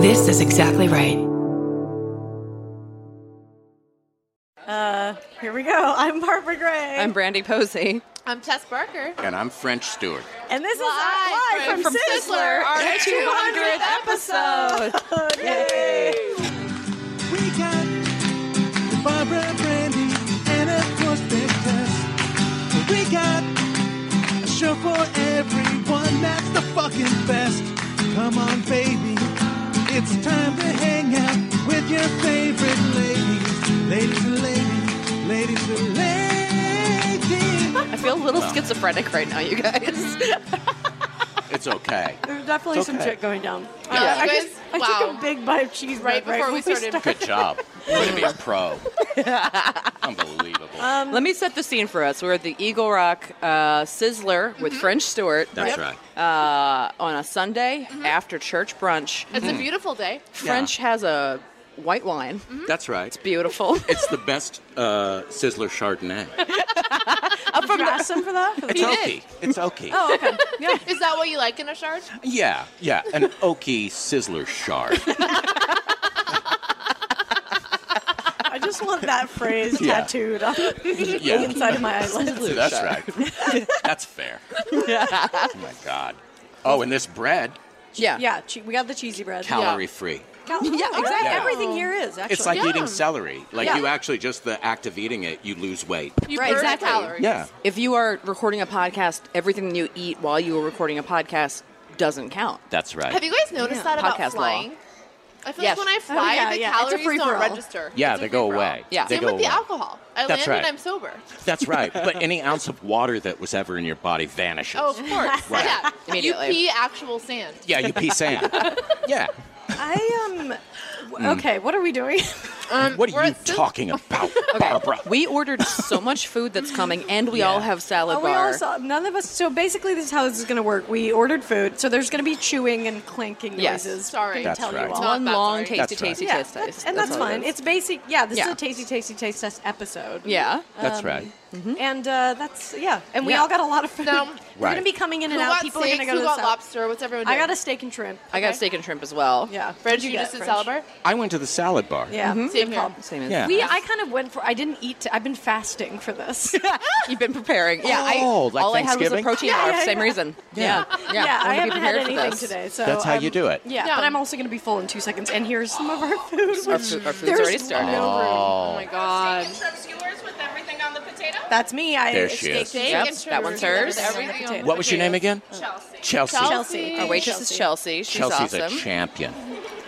This is exactly right. Uh, here we go. I'm Barbara Gray. I'm Brandy Posey. I'm Tess Barker. And I'm French Stewart. and this is live from, from Sizzler, Sizzler, our our 200th episode. Yay. We got Barbara Brandy and of course Big Tess. We got a show for everyone that's the fucking best. Come on, baby, it's time to hang out with your favorite ladies, ladies and ladies, ladies and ladies. I feel a little schizophrenic right now, you guys. It's okay. There's definitely It's some okay. shit going down. Uh, Yeah. I, I, You just, guys- I took a wow. big bite of cheese Right right before we when started. Good job. Way to be a pro. Unbelievable. Let me set the scene for us. We're at the Eagle Rock uh, Sizzler with Mm-hmm. French Stewart. That's right. Uh, on a Sunday Mm-hmm. after church brunch. It's a beautiful day. French has a white wine. Mm-hmm. That's right. Beautiful. It's the best uh, Sizzler Chardonnay. Did you ask them for that? For the- It's oaky. It's oaky. Oh. Is that what you like in a shard? Yeah, yeah. An oaky Sizzler Shard. I just want that phrase Yeah. tattooed on the Yeah. inside of my eyelid. That's right. That's fair. Oh, my God. Oh, and this bread, yeah. Yeah, che- we got the cheesy bread. calorie free. Cal- yeah, exactly. Yeah. Everything here is actually. It's like Yeah. eating celery. Like, Yeah. you actually, just the act of eating it, you lose weight. You Right, burn exactly. calories. Yeah. If you are recording a podcast, everything you eat while you are recording a podcast doesn't count. That's right. Have you guys noticed Yeah, that about podcast law. flying? I feel Yes. like when I fly, yeah, the yeah. It's a calories free-for-all. don't register. yeah, It's a they go free-for-all. away. Yeah. They Same go with the away. alcohol. I That's land right. and I'm sober. That's right. But any ounce of water that was ever in your body vanishes. Oh, of course. Right. Yeah. Immediately. You pee actual sand. Yeah, you pee sand. yeah. I um. Mm. w- Okay, what are we doing? what are we're you at Sis- talking about, Okay. Barbara? We ordered so much food that's coming, and we all have salad Oh, we bar. all saw, none of us. So basically, this is how this is going to work. We ordered food, so there's going to be chewing and clanking Yes. noises. Sorry. Can That's tell right. you all. Not One bad, long, sorry. tasty, That's right. tasty yeah, taste that's- taste. and that's, all it fine. is. It's basic. Yeah, this is Yeah. a tasty, tasty taste test episode. yeah. Mm-hmm. That's um, right. and uh, that's yeah. And we Yeah. all got a lot of food. Now- We're going to Right. be coming in Who and out. got People steaks? are going to go Who to got the salad- lobster? What's everyone doing? I got a steak and shrimp. I got steak and shrimp as well. Yeah, French, What'd you just get, did French? salad bar? I went to the salad bar. Yeah, Mm-hmm. Same here. Same as Yeah. We, I kind of went for. I didn't eat. I've been fasting for this. You've been preparing. Yeah. I, Oh, like all I had was a Thanksgiving? protein Yeah, bar yeah, for same yeah. reason. Yeah. yeah, Yeah. I, wanted to be haven't had prepared for anything this. today, so That's how you I'm- do it. Yeah, Yeah. but I'm also going to be full in two seconds. And here's some of our food. Our, which food, our food's there's already started. No room. Oh my god. That's me. I There she steak is. and Yep, chips. that one's hers. Everything on What was your name potatoes. again? Chelsea. Chelsea. Chelsea. Our waitress Oh, is Chelsea. She's Chelsea's awesome. a champion.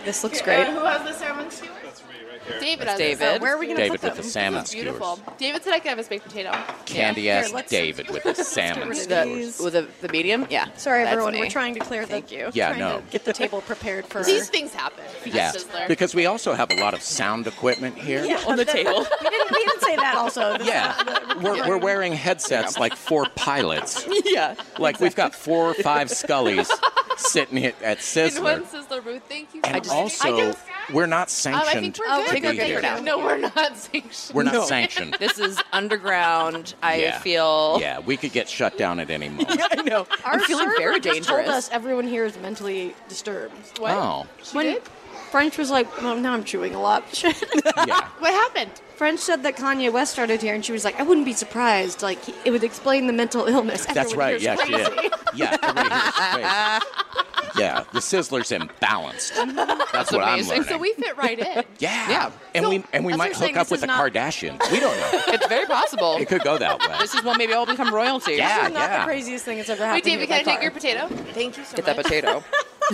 This looks great. Who has the salmon skewer? That's me right here. David has David. the salmon. Where are we going to put David with them? the salmon It's skewers. beautiful. David said I could have a baked potato. Candy Here, ass let's- David with the salmon Let's The, get rid skewers. Please. with the, the medium? Yeah. Sorry, That's everyone. me. We're trying to clear. Thank you. Yeah, trying no. To get the table prepared for. These things happen. at Yeah, Sizzler. because we also have a lot of sound equipment here. Yeah, On the that- table. We didn't, we didn't say that. Also, This- Yeah. We're, we're wearing headsets like four pilots. yeah. Like we've got four or five Scullies sitting here at Sizzler. In one Sizzler booth. Thank you. And I just, also, I just- we're not um, I sanctioned. think we're Oh, good. I think we're be good here. for now. No, we're not sanctioned. We're not sanctioned. This is underground. I Yeah. feel. Yeah, we could get shut down at any moment. I know. Our I'm feeling server very just told dangerous. us everyone here is mentally disturbed. What? Oh, She When did? French was like, well, now I'm chewing a lot. yeah. What happened? French said that Kanye West started here, and she was like, I wouldn't be surprised. Like, he- it would explain the mental illness. That's Everyone right. here Yeah, is she crazy. is. Yeah, everybody here's crazy. Yeah, the Sizzler's imbalanced. That's, what I'm amazing. learning. So we fit right in. yeah. Yeah. And So- we and we As might we're saying, hook up this with is the not- Kardashians. We don't know. It's very possible. It could go that way. This is when maybe I'll become royalty. Yeah. This is not the craziest thing that's ever happened. Wait, David, here can by I take far. your potato? Thank you so Get that much. potato.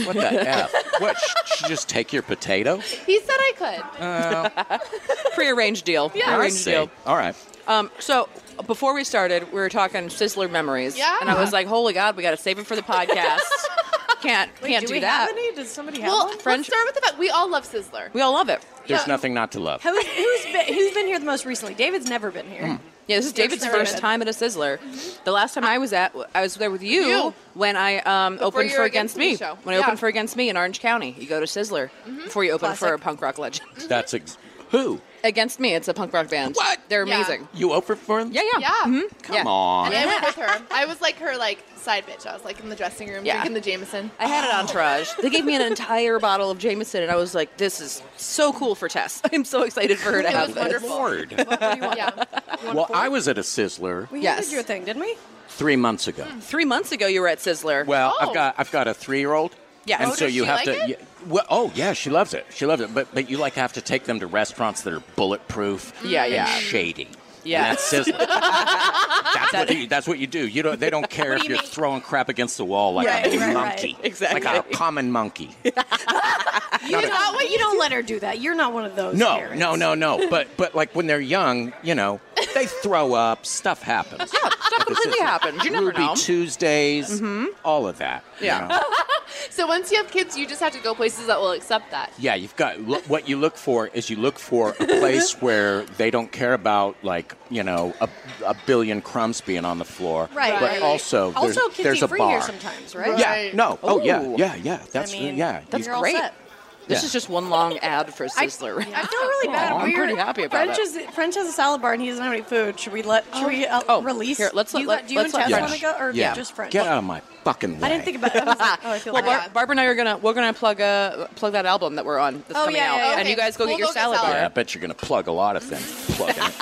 What the f? What? sh- She just take your potato? He said I could. Prearranged deal. Yeah. I Prearranged see. deal. All right. Um, so before we started, we were talking Sizzler memories. Yeah. And I was like, holy God, we got to save it for the podcast. can't can't do, do, we that. Have any? Does somebody have well, one? French- let's start with the fact we all love Sizzler. We all love it. There's Yeah. nothing not to love. Who's, who's, been, who's been here the most recently? David's never been Hmm. here. Yeah, this is David's David. first time at a Sizzler. The last time I was at, I was there with you, You. when I um, opened you for were Against Against Me. Me show. When I Yeah. opened for Against Me in Orange County, you go to Sizzler before you open for Classic. Punk Rock Legend. That's ex- Who? Against me, it's a punk rock band. What? They're Yeah. amazing. You over for him? Yeah, yeah. Yeah. Mhm. Come Yeah. on. And I went with her. I was like her like side bitch. I was like in the dressing room Yeah. drinking the Jameson. I had an entourage. They gave me an entire bottle of Jameson, and I was like, "This is so cool for Tess. I'm so excited for her to It have was this." wonderful. Lord. yeah. well, I was at a Sizzler We Yes. did your thing, didn't we? three months ago. Three months ago, you were at Sizzler. Well, Oh. I've got I've got a three year old. Yes. And Oh, so does you she have like to. it? you- well, oh yeah, she loves it. She loves it. But but you like have to take them to restaurants that are bulletproof. Yeah, and yeah. Shady. Yeah. And that's sizzling. that's, what you, that's what you do. You don't. They don't care if do you you are mean? throwing crap against the wall like Right, a right, right. monkey, Exactly. like a common monkey. You Uh, don't, you don't let her do that. You're not one of those. No, parents. no, no, no. But but like when they're young, you know, they throw up. Stuff happens. Yeah, Stuff completely happens. You never Ruby know. Tuesdays, Mm-hmm. all of that. you Yeah. know. So once you have kids, you just have to go places that will accept that. Yeah, you've got lo- what you look for is you look for a place where they don't care about like you know a, a billion crumbs being on the floor, Right. But Right. also, there's, Also, kids there's eat a free bar. here sometimes, right? Yeah, Right. no, oh yeah, Ooh. yeah, yeah. That's I mean, yeah. that's you- you're all great. set. This Yeah. is just one long ad for I, Sizzler. right I feel really bad. Aw, I'm we were- pretty happy about French it. is French has a salad bar and he doesn't have any food. Should we let? Should we uh, Oh, release? here, let's let- you, let- do you let's and let Tess yeah. want to go, or yeah. just French? Get out of my fucking way. I didn't think about. it. I was like, oh, I feel Well, bad. Bar- Barbara and I are gonna we're gonna plug uh, plug that album that we're on that's Oh, coming yeah, out, yeah, yeah. and you guys go We'll get your go get salad salad. bar. Yeah, I bet you're gonna plug a lot of things. Plug in it.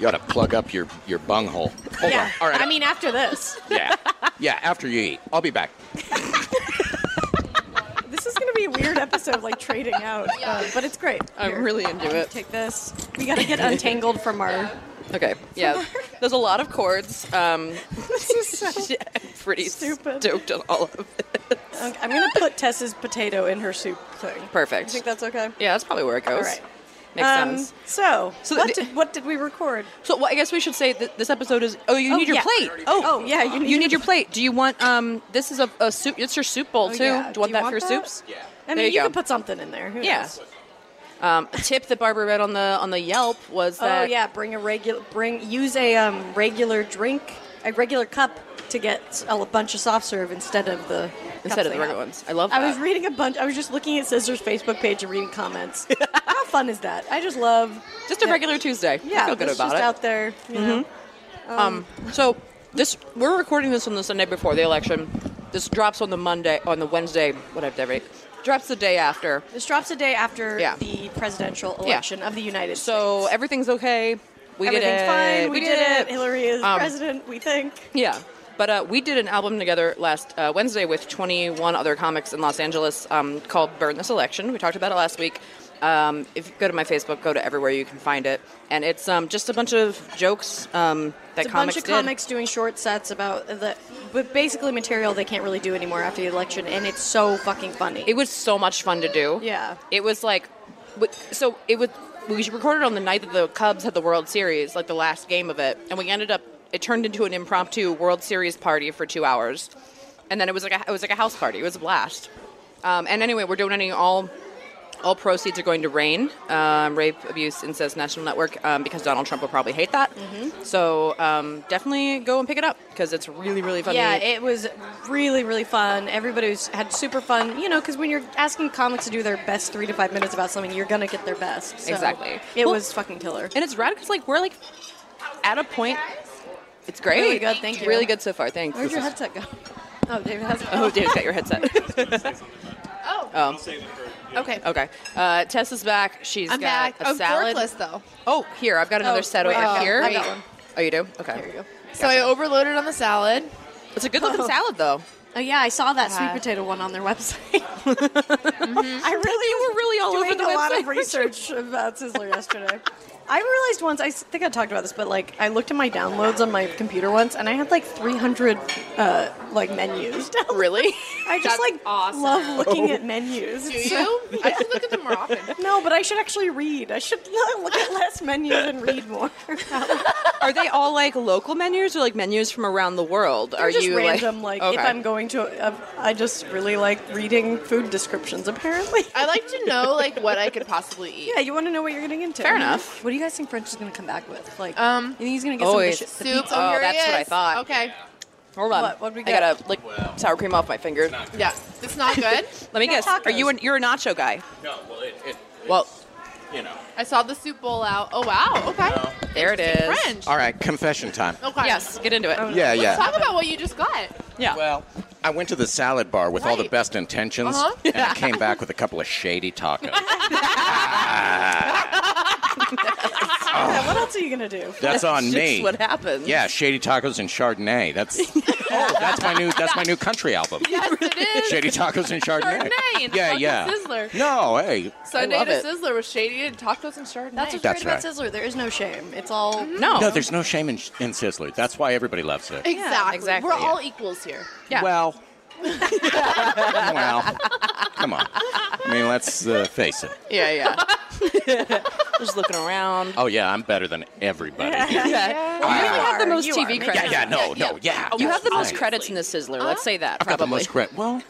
You ought to plug up your your bunghole. Hold yeah. on. All right. I mean, after this, yeah, yeah. After you eat, I'll be back. this is going to be a weird episode, like trading out. Uh, but it's great. I'm Here, really into it. take this. We got to get untangled from our. Okay, yeah. There's a lot of chords. Um, this is so. yeah, I'm pretty Stupid. stoked on all of it. I'm, I'm gonna put Tess's potato in her soup thing. Perfect. You think that's okay? Yeah, that's probably where it All goes. right. Makes Um, sense. So, So what, the- did, what did we record? So well, I guess we should say that this episode is. Oh, you Oh, need your yeah. plate. Oh, Oh, yeah, you need, you need your plate. Do you want? Um, this is a, a soup. It's your soup bowl Oh, too. yeah. Do you want Do you that want for that? soups? Yeah. I There mean, you you, go. could put something in there. Who Yeah. knows? Um, a tip that Barbara read on the on the Yelp was Oh that yeah, bring a regular, bring use a um, regular drink, a regular cup to get a bunch of soft serve instead of the cups instead of they the regular have. ones. I love. That. I was reading a bunch. I was just looking at Scissors' Facebook page and reading comments. How fun is that? I just love. just a that- regular Tuesday. I Yeah, feel good that's about just it. Mm-hmm. out there. You know? Um, so this we're recording this on the Sunday before the election. This drops on the Monday, on the Wednesday, whatever. it Drops the day after. This drops a day after Yeah. the presidential election of the United So States. everything's okay. We everything's did it. fine. We, did, it. it. Hillary is Um, president. We think. Yeah. But uh, we did an album together last uh, Wednesday with 21 other comics in Los Angeles um, called Burn This Election. We talked about it last week. Um, if you go to my Facebook, go to everywhere you can find it. And it's um, just a bunch of jokes um, that It's a bunch comics of did. comics doing short sets about the, but basically material they can't really do anymore after the election, and it's so fucking funny. It was so much fun to do. Yeah. It was like, w- so it was, we recorded on the night that the Cubs had the World Series, like the last game of it. And we ended up, it turned into an impromptu World Series party for two hours. And then it was like a, it was like a house party. It was a blast. Um, and anyway, we're donating all, all proceeds are going to RAIN, um, Rape Abuse Incest National Network, um, because Donald Trump will probably hate that. Mm-hmm. So um, definitely go and pick it up because it's really, really funny. yeah, it was really really fun. Everybody was, had super fun, you know, because when you're asking comics to do their best three to five minutes about something, you're gonna get their best. So Exactly. It Well- was fucking killer. And it's rad because like we're like at a point. It's great. Really good, thank you. Really good so far. Thanks. Where'd your This is- headset go? Oh, David has. Oh, Dave's got your headset. Oh. Um, Um, Okay. okay. Uh, Tessa's back. She's I'm got back. a I'm salad. forkless though. Oh, here. I've got another Oh, set wait, over I got- here. I got one. Oh, you do? Okay. There you go. So I overloaded on the salad. It's a good looking salad though. Oh yeah, I saw that sweet Uh, potato one on their website. I really You were really all over doing the a lot website, of weren't you? research about Sizzler yesterday. I realized once I s- think I talked about this, but like I looked at my downloads on my computer once, and I had like 300 uh, like menus. Really? Oh. I just That's like awesome. love looking at menus. Do you? I should look at them more often. No, but I should actually read. I should lo- look at less menus and read more. Are they all like local menus or like menus from around the world? They're Are just you random. Like, okay. if I'm going to, a, I just really like reading food descriptions. Apparently. I like to know like what I could possibly eat. Yeah, you want to know what you're getting into. Mm-hmm. Fair enough. What do you guys think French is going to come back with? Like, Um, you think he's going to get always. some vicious- Soup. pizza. Oh, Oh, here that's it what I is. thought. Okay. Hold on. What- what'd we I get? gotta like sour cream off my finger. Let Yeah. It's not good. No, me guess. Are tacos. you an, you're a nacho guy? No, well, it, it, Well, you know. I saw the soup bowl out. Oh wow. Okay. There it Interesting is. French. All right, confession time. Okay. Yes, get into it. Oh, Yeah, Let's yeah. talk about what you just got. yeah. Well, I went to the salad bar with all the Right. best intentions, Uh-huh. and I came back with a couple of shady tacos. Yeah, what else are you gonna do? That's on Just me. what happens. Yeah, shady tacos and Chardonnay. That's oh, that's my new that's my new country album. Yes, it is. Shady tacos and Chardonnay. Chardonnay and yeah, fucking yeah. Sizzler. No, hey, Sunday love to it. Sizzler with shady and tacos and Chardonnay. That's what's That's great about right. Sizzler. There is no shame. It's all No. no, there's no shame in, in Sizzler. That's why everybody loves it. exactly. exactly, We're yeah. all equals here. yeah. Well, well, come on. I mean, let's uh, face it. yeah, yeah. Just looking around. Oh yeah, I'm better than everybody. here. Yeah. You really have the most You are. TV Maybe credits. Yeah, yeah, no, no, yeah. Oh, You have the most Right. credits in the Sizzler. Let's say that. I've got probably. the most credit. Well,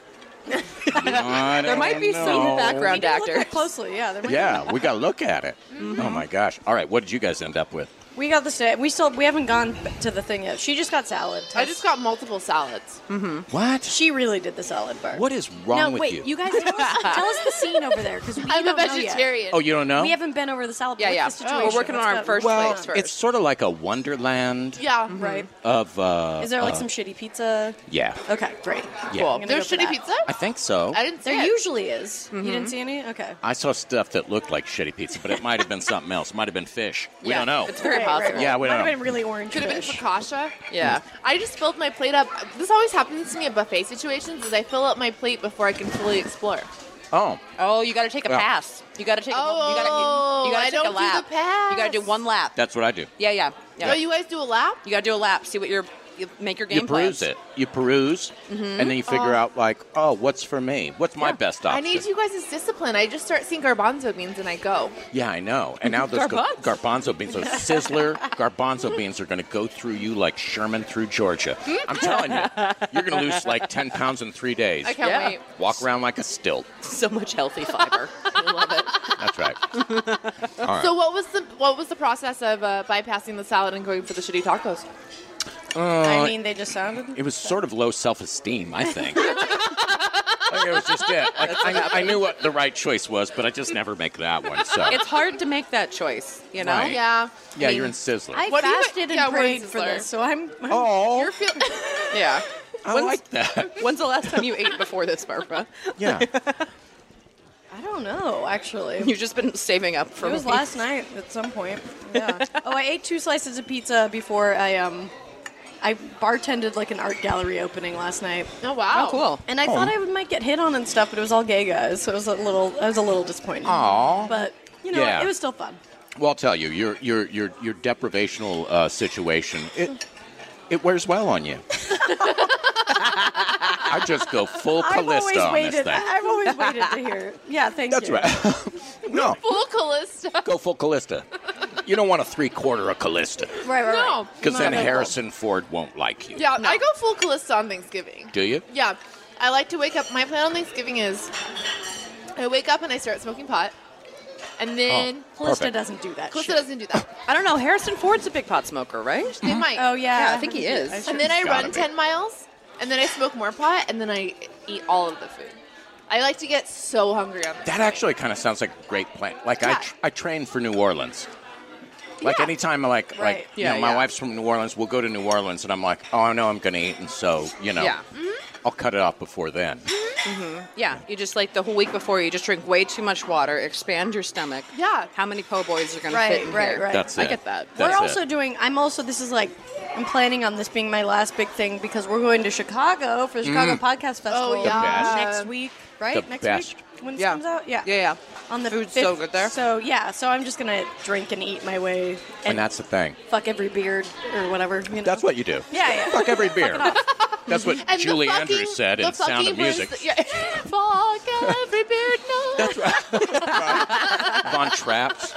There might be some background You look actors. at closely. Yeah, there might be Yeah, we got to look at it. Mm-hmm. Oh my gosh! All right, what did you guys end up with? We got the steak. We still we haven't gone b- to the thing yet. She just got salad. I just got multiple salads. Mm-hmm. What? She really did the salad bar. What is wrong now, with wait, you? guys tell us, tell us the scene over there because I'm a vegetarian. oh, you don't know? We haven't been over the salad. Yeah, What's yeah. the situation? We're working on What's our going first well, place first. it's sort of like a wonderland yeah. Mm-hmm. Right. of. Uh, Is there like uh, some shitty pizza? Yeah. Okay, great. yeah. Cool. I'm gonna There's go for shitty that. pizza. I think so. I didn't see There it. usually is. You didn't see any? Okay. I saw stuff that looked like shitty pizza, but it might have been something else. Might have been fish. We Yeah, don't know. It's very Right, right, possible. right. Yeah, we Might don't have know. been really orange. Could have been fish. focaccia. Yeah. I just filled my plate up. This always happens to me at buffet situations: is I fill up my plate before I can fully explore. Oh, Oh, you got to take a Yeah. pass. You got to take. you gotta, Oh, you, you gotta I take don't a do lap. the pass. You got to do one lap. that's what I do. yeah, yeah, yeah. Oh, You, you guys do a lap? got to do a lap. See what your you make your game you peruse plans. Mm-hmm. it. You peruse, and then you figure out like, oh, what's for me? What's my best option? I need you guys' discipline. I just start seeing garbanzo beans and I go. Yeah, I know. And now those gar- Garbanzo. garbanzo beans, those sizzler garbanzo beans are going to go through you like Sherman through Georgia. I'm telling you, you're going to lose like 10 pounds in three days. I can't Yeah. wait. Walk around like a stilt. So much healthy fiber. I love it. That's right. All right. So what was the what was the process of uh, bypassing the salad and going for the shitty tacos? Uh, I mean, they just sounded. it was sort of low self esteem, I think. like it was just it. Like, I, I knew what the right choice was, but I just never make that one. So, It's hard to make that choice. You know. Right. Yeah. yeah, you're in Sizzler. I What do you- fasted and yeah, we're in prayed for Sizzler. this, so I'm. I'm oh, You're feeling Yeah. I When's- like that. When's the last time you ate before this, Barbara? Yeah. I don't know, actually. You've just been saving up for It was me. last night at some point. Yeah. oh, I ate two slices of pizza before I um, I bartended like an art gallery opening last night, Oh wow. Oh, cool. and I thought I would might get hit on and stuff, but it was all gay guys, so it was a little I was a little disappointed. Aw. But you know, Yeah. it was still fun. Well, I'll tell you, your your your your deprivational uh, situation it it wears well on you. I just go full I've always Callista on this waited. thing. I've always waited to hear. Yeah, thank That's you. right. no, Full Callista. go full Callista. You don't want a three quarter of Callista Right, right, No. right. because then No. Harrison Ford won't like you. Yeah, I go full Callista on Thanksgiving. Do you? Yeah. I like to wake up my plan on Thanksgiving is I wake up and I start smoking pot. And then Callista Perfect. doesn't do that. Callista Oh. shit. doesn't do that. I don't know. Harrison Ford's a big pot smoker, right? They might. Oh yeah. Yeah, I think he is. I should- And then I Uh-huh. Gotta run be. 10 miles, and then I smoke more pot, and then I eat all of the food. I like to get so hungry on this. That actually kind of sounds like a great plan. Like I Yeah. tr- I train for New Orleans. Like Yeah. anytime, like like Right. you Yeah, know, my yeah. wife's from New Orleans. We'll go to New Orleans, and I'm like, oh, I know I'm gonna eat, and so you know, Yeah. Mm-hmm. I'll cut it off before then. Yeah, you just like the whole week before, you just drink way too much water, expand your stomach. Yeah. How many po' boys are going to fit Right, in right, here? right. That's I it. get that. That's we're it. also doing. I'm also. This is like. I'm planning on this being my last big thing because we're going to Chicago for the Chicago Podcast Festival. Oh, yeah. Mm. best. Next week, right? The Next best. week when this Yeah. comes out. Yeah. Yeah, yeah. On the Food's fifth, so good there. So yeah. So I'm just gonna drink and eat my way and, And that's the thing. fuck every beard or whatever. You know? That's what you do. Yeah, yeah. Fuck every beer. That's what And the Julie fucking- Andrews said the in Sound of fucking words Music. that- yeah. Fuck every beard, no. Von Trapp's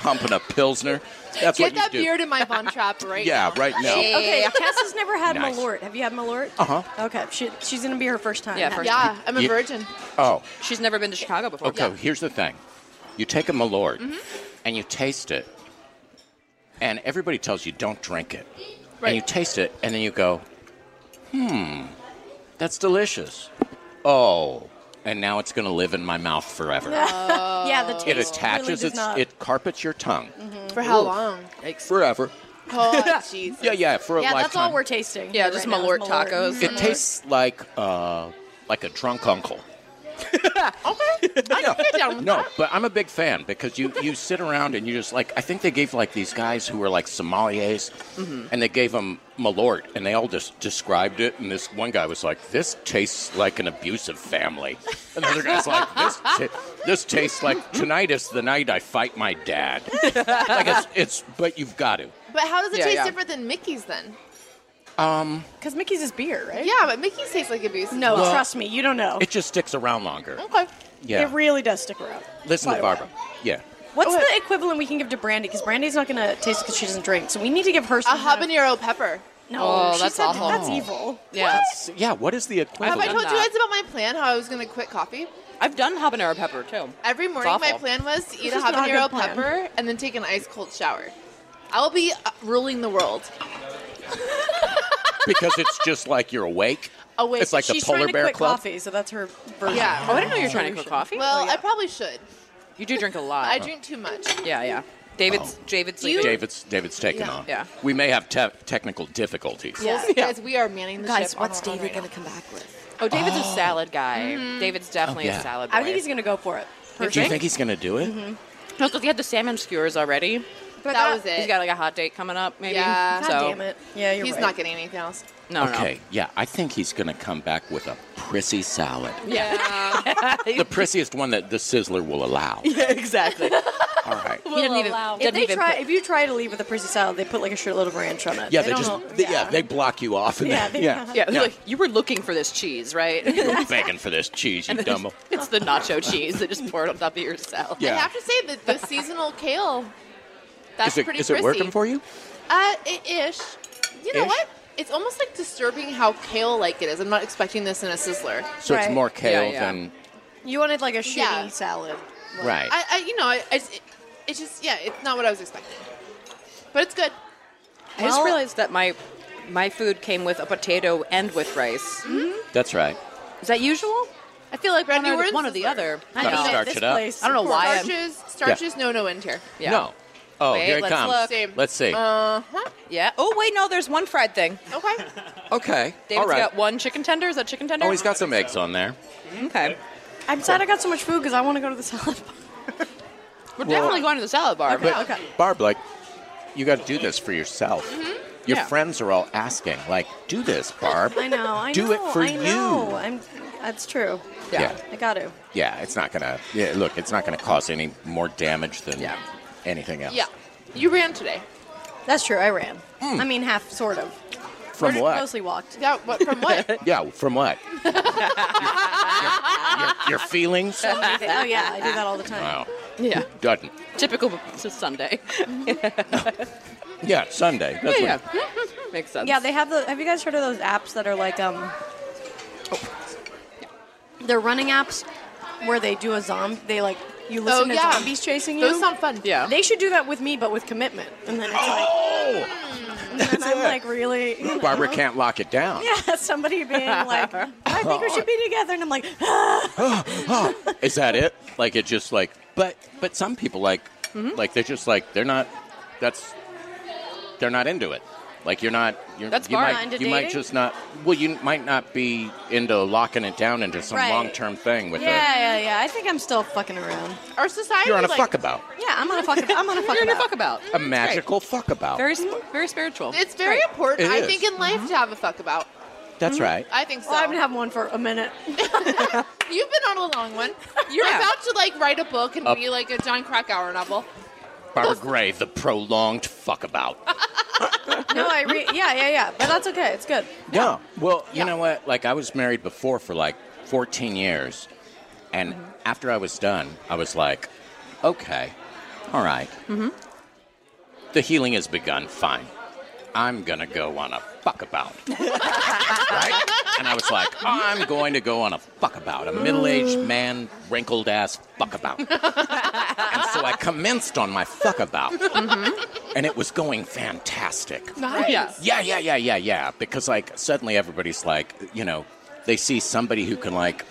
humping a pilsner. That's Get what you that do. beard in my Von Trapp right yeah, now. right now. Yeah. Okay, Tess has never had Nice. Malort. Have you had Malort? Uh-huh. Okay, she, she's gonna be her first time. Yeah, now. first Yeah, I'm a Yeah. virgin. Oh, She's never been to Chicago before. okay. Here's the thing: you take a Malort Mm-hmm. and you taste it, and everybody tells you don't drink it, Right. and you taste it, and then you go, "Hmm, that's delicious." Oh, and now it's going to live in my mouth forever. yeah, the taste It really attaches, does it's, not- Mm-hmm. it carpets your tongue For how long? forever. Oh, jeez. Yeah, yeah, for a yeah, lifetime. that's all we're tasting. Yeah, here just right now Malort is tacos. It tastes like uh, like a drunk uncle. okay, I yeah. get down with No, but I'm a big fan because you you sit around and you just like I think they gave like these guys who were like sommeliers, and they gave them Malort, and they all just described it. And this one guy was like, "This tastes like an abusive family." Another guy's like, "This ta- this tastes like tonight is the night I fight my dad." like it's, it's but you've got to. But how does it Yeah, taste yeah. different than Mickey's then? Because Mickey's is beer, right? Yeah, but Mickey's tastes like abuse. No, trust me, you don't know. It just sticks around longer. Okay. Yeah, It really does stick around. listen Quite to a while. Barbara. Yeah. What's Oh, the equivalent we can give to Brandy? Because Brandy's not going to taste because she doesn't drink. So we need to give her A some. kind of- habanero pepper. No, Oh, she that's said awful. That's evil. Yeah. S- Yeah, what is the Have equivalent? I told done you that. guys about my plan? How I was gonna quit coffee. I've done habanero pepper too. Every morning, my awful. plan was to eat This a is not a habanero good plan. pepper and then take an ice cold shower. I'll be uh, ruling the world. because it's just like you're awake. Awake. It's like She's the polar trying to bear quit club. coffee, so that's her version. Yeah. Oh, I didn't know you were trying to cook coffee. Well, Oh, yeah. I probably should. you do drink a lot. I drink too much. Yeah, yeah. David's Oh. David's leaving. David's David's taken Yeah. on. Yeah. We may have te- technical difficulties. Yeah. Yeah. Guys, we are manning the Guys, ship. what's on our David own right gonna now. come back with? Oh, David's a salad guy. David's definitely Oh, yeah. a salad boy. I think he's going to go for it. Do you think he's going to do it? No, because he had the salmon skewers already. That, was it. He's got like a hot date coming up, maybe. Yeah. God so, damn it. Yeah, you're He's right. not getting anything else. No, Okay. Yeah, I think he's going to come back with a prissy salad. Yeah. The prissiest one that the sizzler will allow. no. Yeah, exactly. All right. he didn't even. allow. If If didn't they even try, put- if you try to leave with a prissy salad, they put like a shitload of ranch on it. Yeah, I they don't just know- they- yeah. they block you off and Yeah, then- they- yeah. yeah, like, you were looking for this cheese, right? You're begging for this cheese, you And dumbo. it's, it's the nacho cheese that just poured on top of your salad. Yeah. I have to say that the seasonal kale. That's Is it pretty is it prissy. working for you? Uh, i- ish. You know Ish? what? It's almost like disturbing how kale like it is. I'm not expecting this in a sizzler. So it's Right. more kale Yeah, yeah. than You wanted like a shitty Yeah. salad. Like- right. I, I you know, I, I just- it, it's just yeah, it's not what I was expecting. But it's good. I just Well- realized that my my food came with a potato and with rice. Mm. That's right. Is that usual? I feel like one, Randy, or, we're in one or the sizzler. other. I Gotta mean, know. at start this it up. place- I don't know why. I'm- Starches, starches, no, no in here. Yeah. No. Oh, Wait, here it let's comes. look. Um, Same. Let's see. Uh huh. Yeah. Oh wait, no. There's one fried thing. Okay. okay. David's All right. got one chicken tender. Is that chicken tender? Oh, he's got some eggs on there. Okay. I'm sad I got so much food because I want to go to the salad bar. We're definitely going to the salad bar. But Barb, like, you got to do this for yourself. Your Mm-hmm. Yeah. friends are all asking, like, do this, Barb. I know. I Do know. it for I you. Know. I'm. That's true. Yeah. yeah, I got to. Yeah, It's not gonna. Yeah, look, it's not gonna cause any more damage than Yeah. anything else. Yeah. You ran today. That's true. I ran. I mean, half sort of. Hmm. From Or what? Mostly walked. Yeah. What from what? Yeah, from what? your, your- your feelings? oh yeah, I do that all the time. Wow. Yeah. Doesn't. Typical to Sunday. Yeah, Sunday. That's yeah. what- Makes sense. Yeah, they have the. Have you guys heard of those apps that are like um? They're running apps where they do a zombie. They like you listen to yeah. zombies chasing you. Those sound fun. Yeah. They should do that with me, but with commitment. And then it's Oh, like, and then I'm it. like really. you know. Barbara can't lock it down. Yeah, somebody being like, I think we should be together, and I'm like, Is that it? Like it just like but but some people like like they're just like they're not that's they're not into it. Like you're not you're That's you fine. might Into you might dating? just not well you might not be into locking it down into some Right. long term thing with a yeah, yeah, yeah. I think I'm still fucking around. Our society. you're on a like, fuckabout. Yeah, I'm on a fucking. I'm on a You're fucking. in a fuck about. A magical fuckabout. Very sp- very spiritual. It's very important, It I is. think, in Mm-hmm. life to have a fuck about. that's right. I think so. Well, I've been having one for a minute. You've been on a long one. You're Yeah. about to like write a book and Up. be like a John Krakauer novel. Barbara Gray, the prolonged fuckabout. No, I re- yeah, yeah, yeah. But that's okay. It's good. Yeah. Well, you know what? Like, I was married before for like 14 years. And after I was done, I was like, okay, all right. Mm-hmm. The healing has begun. Fine. I'm going to go on a fuckabout. right? And I was like, I'm going to go on a fuckabout, a middle aged Mm. man, wrinkled ass fuckabout. and so I commenced on my fuckabout. Mm-hmm. And it was going fantastic. Yeah. Yeah, yeah, yeah, yeah, yeah. Because like suddenly everybody's like, you know, they see somebody who can like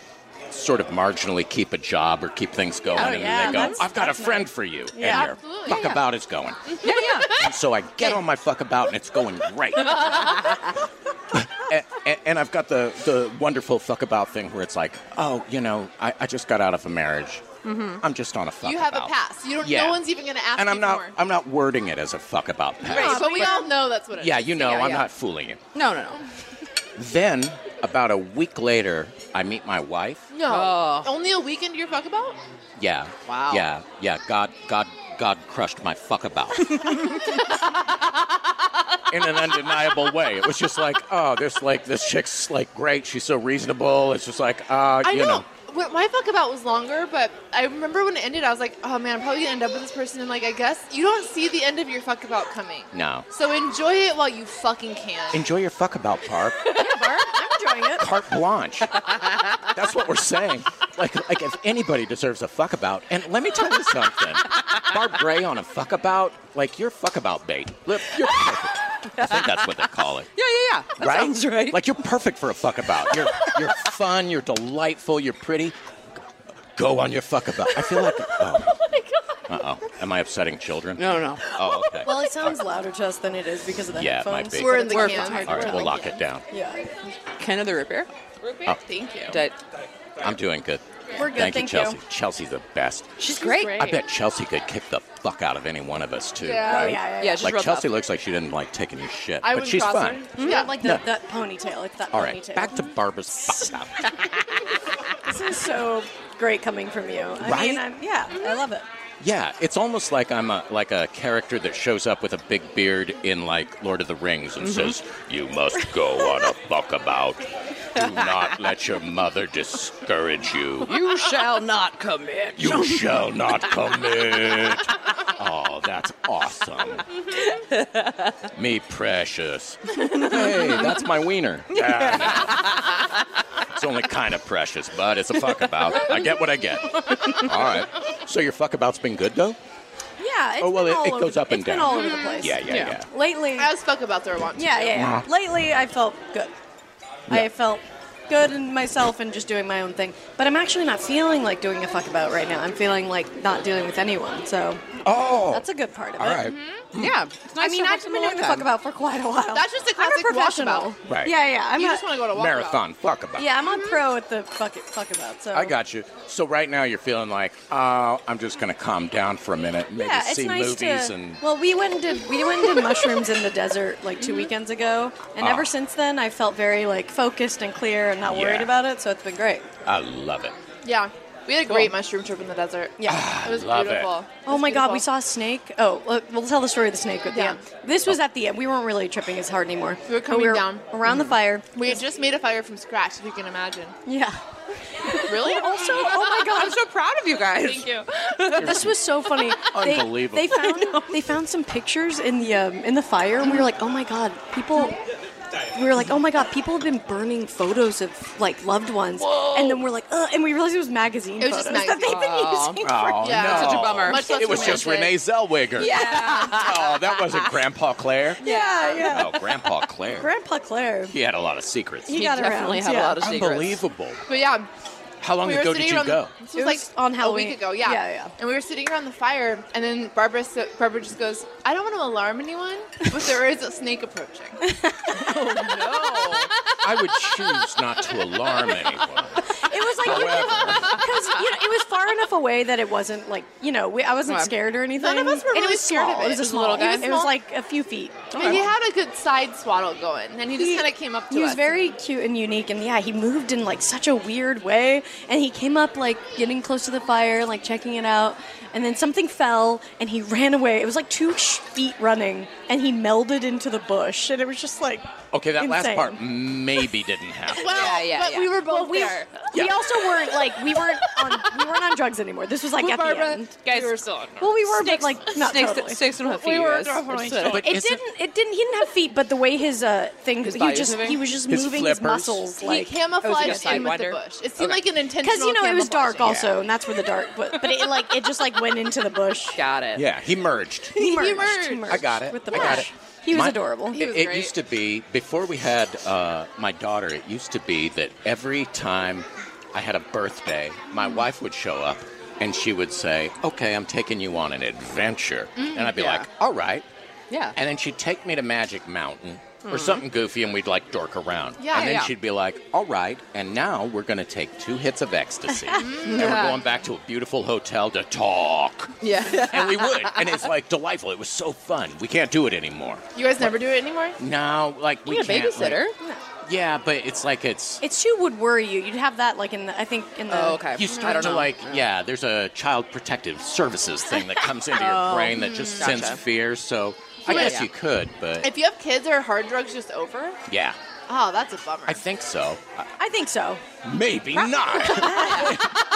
sort of marginally keep a job or keep things going, Oh, and yeah, then they go, that's- "I've got a that's friend for you," Yeah. and your Absolutely, fuck yeah. about is going. Yeah, yeah. And so I get on my fuck about, and it's going great. and, and- and I've got the, the wonderful fuck about thing where it's like, oh, you know, I, I just got out of a marriage. I'm just on a fuck Mm-hmm. You have about." a pass. You don't. Yeah. No one's even going to ask. And I'm you not, for more. I'm not wording it as a fuck about pass. Right, but we all know that's what it is. Yeah, you know, Yeah, I'm yeah. not fooling you. No, no, no. Then, about a week later, I meet my wife. No, Oh. only a week into your fuck about. Yeah. Wow. Yeah. Yeah. God. God. God crushed my fuck about. In an undeniable way, it was just like, oh, this like this chick's like great. She's so reasonable. It's just like, uh, I you know. know. Wh- My fuck about was longer, but I remember when it ended, I was like, oh man, I'm probably gonna end up with this person. And like, I guess you don't see the end of your fuck about coming. No. So enjoy it while you fucking can. Enjoy your fuck about Barb. Barb, I'm enjoying it. Carte blanche. That's what we're saying. Like, like if anybody deserves a fuck about, and let me tell you something, Barb Gray on a fuck about, like you're fuck about bait. Look, You're perfect. I think that's what they call it. Yeah, yeah, yeah. That right? sounds right. Like you're perfect for a fuck about. You're you're fun. You're delightful. You're pretty. Go on your fuck about. I feel like. Oh, Uh oh. Am I upsetting children? no, no. Oh, okay. Well, it sounds louder to us than it is because of the Yeah, it might headphones. be. We're in the We're can. fine. All right, we'll lock it down. Yeah. Ken of the Ripper. Oh. Thank you. That I'm doing good. We're good, Thank, thank you, you. Chelsea. Chelsea's the best. she's great. great. I bet Chelsea could kick the fuck out of any one of us too. Yeah. right? Oh, Yeah, yeah, Yeah, she's Like real Chelsea tough. looks like she didn't like taking your shit, I but wouldn't she's cross fun. her. Yeah, Hmm? Yeah. like the, No. that ponytail. It's that All right, ponytail. back to Barbara's fuck about. This is so great coming from you. I Right? mean, I'm, yeah, I love it. Yeah, it's almost like I'm a like a character that shows up with a big beard in like Lord of the Rings and says, "You must go on a fuck about. Do not let your mother discourage you. You shall not commit. You shall not commit." Oh, that's awesome. Me precious. Hey, that's my wiener. Ah, no. It's only kind of precious, but it's a fuck about. I get what I get. All right. So your fuck about's been good though? Yeah. It's Oh, well, been it- all it over goes the- up and It's been down. all over the place. Yeah, yeah, Yeah. yeah. Lately, I was fuck about there once. yeah, yeah, yeah. Lately, I felt good. I felt good in myself and just doing my own thing. But I'm actually not feeling like doing a fuck about right now. I'm feeling like not dealing with anyone. So Oh, that's a good part of all it. right. Yeah. It's nice I mean, to have I've some been doing the alone fuck time. about for quite a while. That's just a I'm classic a professional. walkabout. Right. Yeah, yeah. I'm You not, just want to go to walk Marathon fuck about. Yeah, I'm on pro at the fuck it, fuck about. So I got you. So right now you're feeling like, oh, I'm just gonna calm down for a minute, maybe Yeah, it's see nice movies to. and. Well, we went and did we went and did mushrooms in the desert like 2 Mm-hmm. weekends ago, and Ah. ever since then I felt very like focused and clear and not worried Yeah. about it. So it's been great. I love it. Yeah. We had a great mushroom trip in the desert. Yeah. It was love it. beautiful. It Oh was my God, Ah, beautiful. we saw a snake. Oh, well, we'll tell the story of the snake at the Yeah. Oh. end. This was at the end. We weren't really tripping as hard anymore. We were But coming down. Mm-hmm. around the fire. We had just made a fire from scratch, if you can imagine. Yeah. Really? Also, oh my God, I'm so proud of you guys. Thank you. This was so funny. They- Unbelievable. They, found they found some pictures in the um, in the fire, and we were like, oh my god, people. We were like, oh my god, people have been burning photos of like loved ones, and then we're like, Ugh, and we realized it was magazine It was just photos that magazine. they've been using for. Oh Yeah. no! That's such a bummer. Much less It was just Renee romantic. Zellweger. Yeah, Oh, that wasn't Grandpa Claire. yeah, yeah. Oh, Grandpa Claire. Grandpa Claire, he had a lot of secrets. he, He got definitely around. had yeah. a lot of secrets. Unbelievable. But yeah, How long we ago were did sitting you around. go? This It was, was like on a Halloween. week ago. Yeah. Yeah, yeah. And we were sitting around the fire, and then Barbara, sa- Barbara just goes, "I don't want to alarm anyone, but there is a snake approaching." I would choose not to alarm anyone. It was like you know, However, because you know, it was far enough away that it wasn't like you know we, I wasn't Well, scared or anything. none of us were And it really was scared of small. it. It was a Just a small. little guy. It He was was like a few feet. But he had a good side swaddle going, and he just He- kind of came up to He us. was very cute and unique, and yeah, he moved in like such a weird way. And he came up like getting close to the fire, like checking it out, and then something fell, and he ran away. It was like two sh- feet running, and he melded into the bush, and it was just like okay, that last insane. part maybe didn't happen. well, Yeah, yeah, but yeah. we were both Well, we, there. we also weren't like we weren't on we weren't on drugs anymore. This was like at the end. guys, we were still on Well, we were, but snakes, like not snakes, totally. snakes don't have feet. We were guys. definitely We're still- But It isn't- didn't. It didn't. He didn't have feet, but the way his uh, thing, His he body was just moving? he was just His moving flippers? his muscles. Like he camouflaged like a in with the sidewinder? bush. It seemed like an intentional because you know it was dark camouflaging. also, and that's where the dark. But, but it like it just like went into the bush. Got it. yeah, he merged. He merged. merged. he I got it. With the I bush. got it. He was My- adorable. It, was it great. used to be before we had uh, my daughter. It used to be that every time I had a birthday, my Mm. wife would show up and she would say, Okay, I'm taking you on an adventure. Mm, and I'd be yeah. like, All right. Yeah. And then she'd take me to Magic Mountain or something goofy and we'd like dork around. Yeah, and then Hmm. yeah. she'd be like, All right, and now we're going to take two hits of ecstasy. and we're going back to a beautiful hotel to talk. yeah. And we would. And it's like delightful. It was so fun. We can't do it anymore. You guys never do it anymore? No, like we need a can't, like- babysitter. yeah, but it's like it's It's two would worry you. You'd have that like in the I think in the Oh, okay. you I start don't to know. like yeah. There's a child protective services thing that comes into your brain that just Oh. Mm. Gotcha. sends fear. So I Yeah, guess yeah. you could, but If you have kids, are hard drugs just over? yeah, Oh, that's a bummer. I think so. Uh, I think so. maybe not.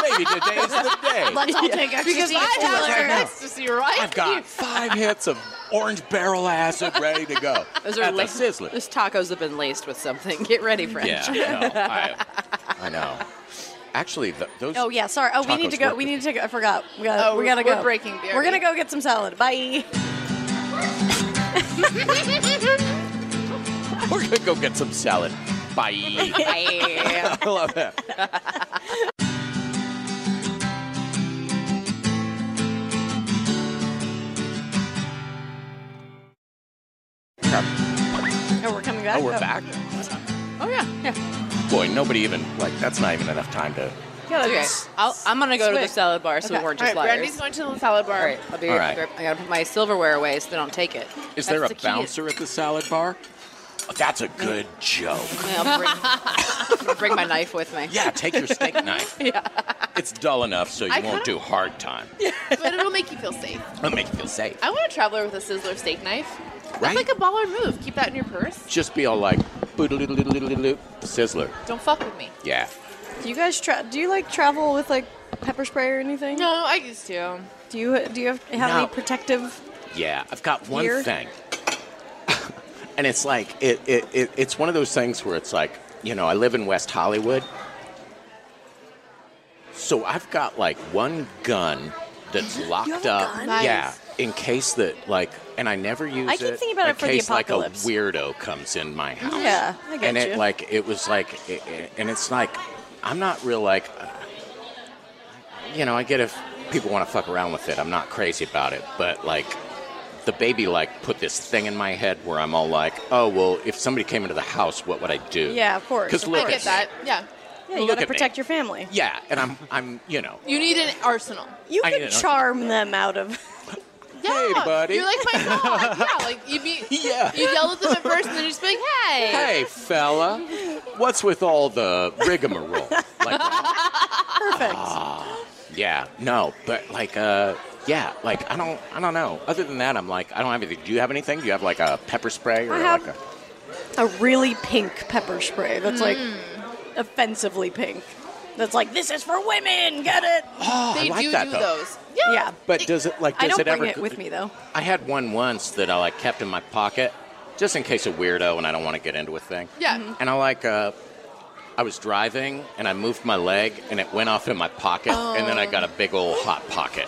maybe today's the day. Let's all take ecstasy. because I It's have delivered. an ecstasy right I've got five hits of orange barrel acid ready to go Those at the laced- sizzler. Those tacos have been laced with something. Get ready, friend. Yeah, no, I, I know. Actually, th- those. Oh yeah, sorry. Oh, we Tacos need to go. work We with need to take. I forgot. We gotta. Oh, we gotta we're go. breaking, We're Barry. gonna go get some salad. Bye. We're gonna go get some salad. Bye. Yeah. I love that. Oh, we're coming back. Oh, we're back. oh yeah. Yeah. Boy, nobody even like that's not even enough time to. Okay. I'll, I'm gonna go to the Sweet. salad bar so Okay. we weren't All just right, liars. Brandy's going to the salad bar. All right. I'll be. All right. I gotta put my silverware away so they don't take it. That's Is there a the key. bouncer at the salad bar? Oh, That's a good joke. Yeah, I'll bring, I'll bring my knife with me. Yeah, take your steak knife. Yeah. It's dull enough so you I won't kinda- do hard time. but it'll make you feel safe. It'll make you feel safe. I want a traveler with a sizzler steak knife. Right? That's like a baller move. Keep that in your purse. Just be all like, boodle-doodle-doodle-doodle-doodle, sizzler. Don't fuck with me. Yeah. Do you guys tra- do you like travel with like pepper spray or anything? No, I used to. Do you do you have, have No. any protective? Yeah, I've got one Here? thing. and it's like, it, it, it, it's one of those things where it's like, you know, I live in West Hollywood. So I've got like one gun that's locked a up. gun? Nice. Yeah. In case that, like, and I never use I it. keep thinking about in it for the case, apocalypse. like, a weirdo comes in my house. Yeah, I get And you. it, like, it was like, it, it- and it's like, I'm not real, like, you know, I get if people want to fuck around with it. I'm not crazy about it, but like the baby like put this thing in my head where I'm all like, oh well, if somebody came into the house, what would I do? Yeah, of course. Because Of look I at get me. that. Yeah. Yeah, you Look gotta at me. protect your family. Yeah, and I'm I'm you know. You need an arsenal. You I can didn't know. charm them out of. Yeah. buddy. You're like my god. yeah. Like you be. Yeah. You yell at them at first, and then you just be like, hey. Hey fella, what's with all the rigmarole? Like, Perfect. yeah, no, but like uh. Yeah, like I don't, I don't know. Other than that, I'm like, I don't have anything. Do you have anything? Do you have like a pepper spray or I have- like a? a really pink pepper spray that's like offensively pink. That's like this is for women. Get it? Oh, they I like do that do though. those. Yeah. Yeah. But does it like? Does I don't it bring ever it with me though. I had one once that I like kept in my pocket, just in case a weirdo and I don't want to get into a thing. Yeah. Mm-hmm. And I like, uh, I was driving and I moved my leg and it went off in my pocket and then I got a Oh. big old hot pocket.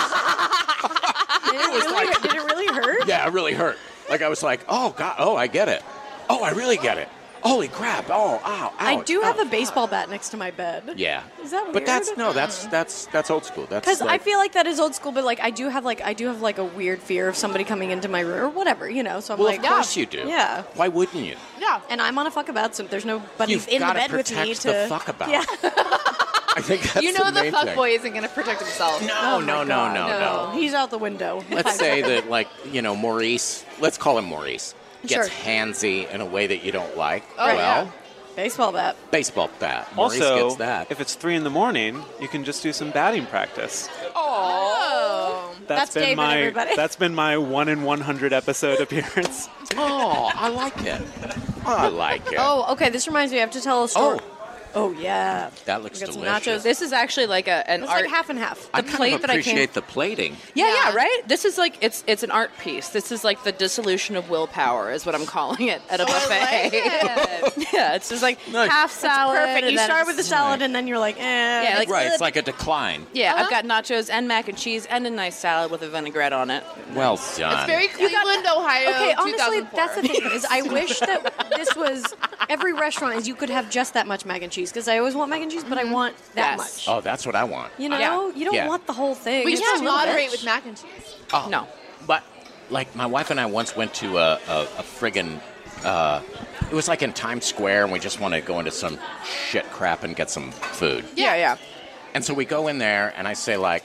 Did it, really, did it really hurt? Yeah, it really hurt. Like I was like, oh god, oh I get it. Oh, I really get it. Holy crap! Oh, ow, ow. I do have ow. a baseball bat next to my bed. Yeah. Is that But weird? that's no, that's that's that's old school. That's Because like- I feel like that is old school, but like I do have like I do have like a weird fear of somebody coming into my room or whatever, you know. So I'm Well, like, "Oh, of course you do. Yeah. Why wouldn't you? Yeah. And I'm on a fuck about, so there's nobody You've in the gotta bed with me protect to. the fuck about. Yeah. I think that's you know the, the, main fuck thing. boy Oh isn't gonna protect himself. No, no, no, no, no. He's out the window. let's say that like you know maurice let's call him maurice gets Sure. handsy in a way that you don't like Oh, well yeah. baseball bat. baseball bat maurice Also, gets that if it's three in the morning, you can just do some batting practice. Oh. That's been David, my everybody. that's been my one in one hundred episode appearance. oh i like it i like it Oh, okay. This reminds me. I have to tell a story. Oh, Oh, yeah. that looks We got some delicious nachos. This is actually like a an It's art. like half and half. i the kind plate of that I came- appreciate the plating yeah, yeah, Yeah. right. This is like it's it's an art piece. This is like the dissolution of willpower is what I'm calling it at a buffet. yeah, it's just like Nice. half salad. Perfect. and You then start with it's- the salad, and then you're like, eh. Yeah, like- right it's like a decline Yeah, I've got nachos and mac and cheese and a nice salad with a vinaigrette on it. well done It's very Cleveland, Ohio. Okay, honestly, 2004. that's the thing is I wish that this was every restaurant is you could have just that much mac and cheese because I always want mac and cheese, but I want that Yes. much. Oh, that's what I want. You know, Yeah. you don't Yeah. want the whole thing. We It's used to too moderate much. with mac and cheese. Oh, No. But like my wife and I once went to a a, a friggin' uh, it was like in Times Square, and we just wanted to go into some shit crap and get some food. Yeah, yeah. And so we go in there, and I say like,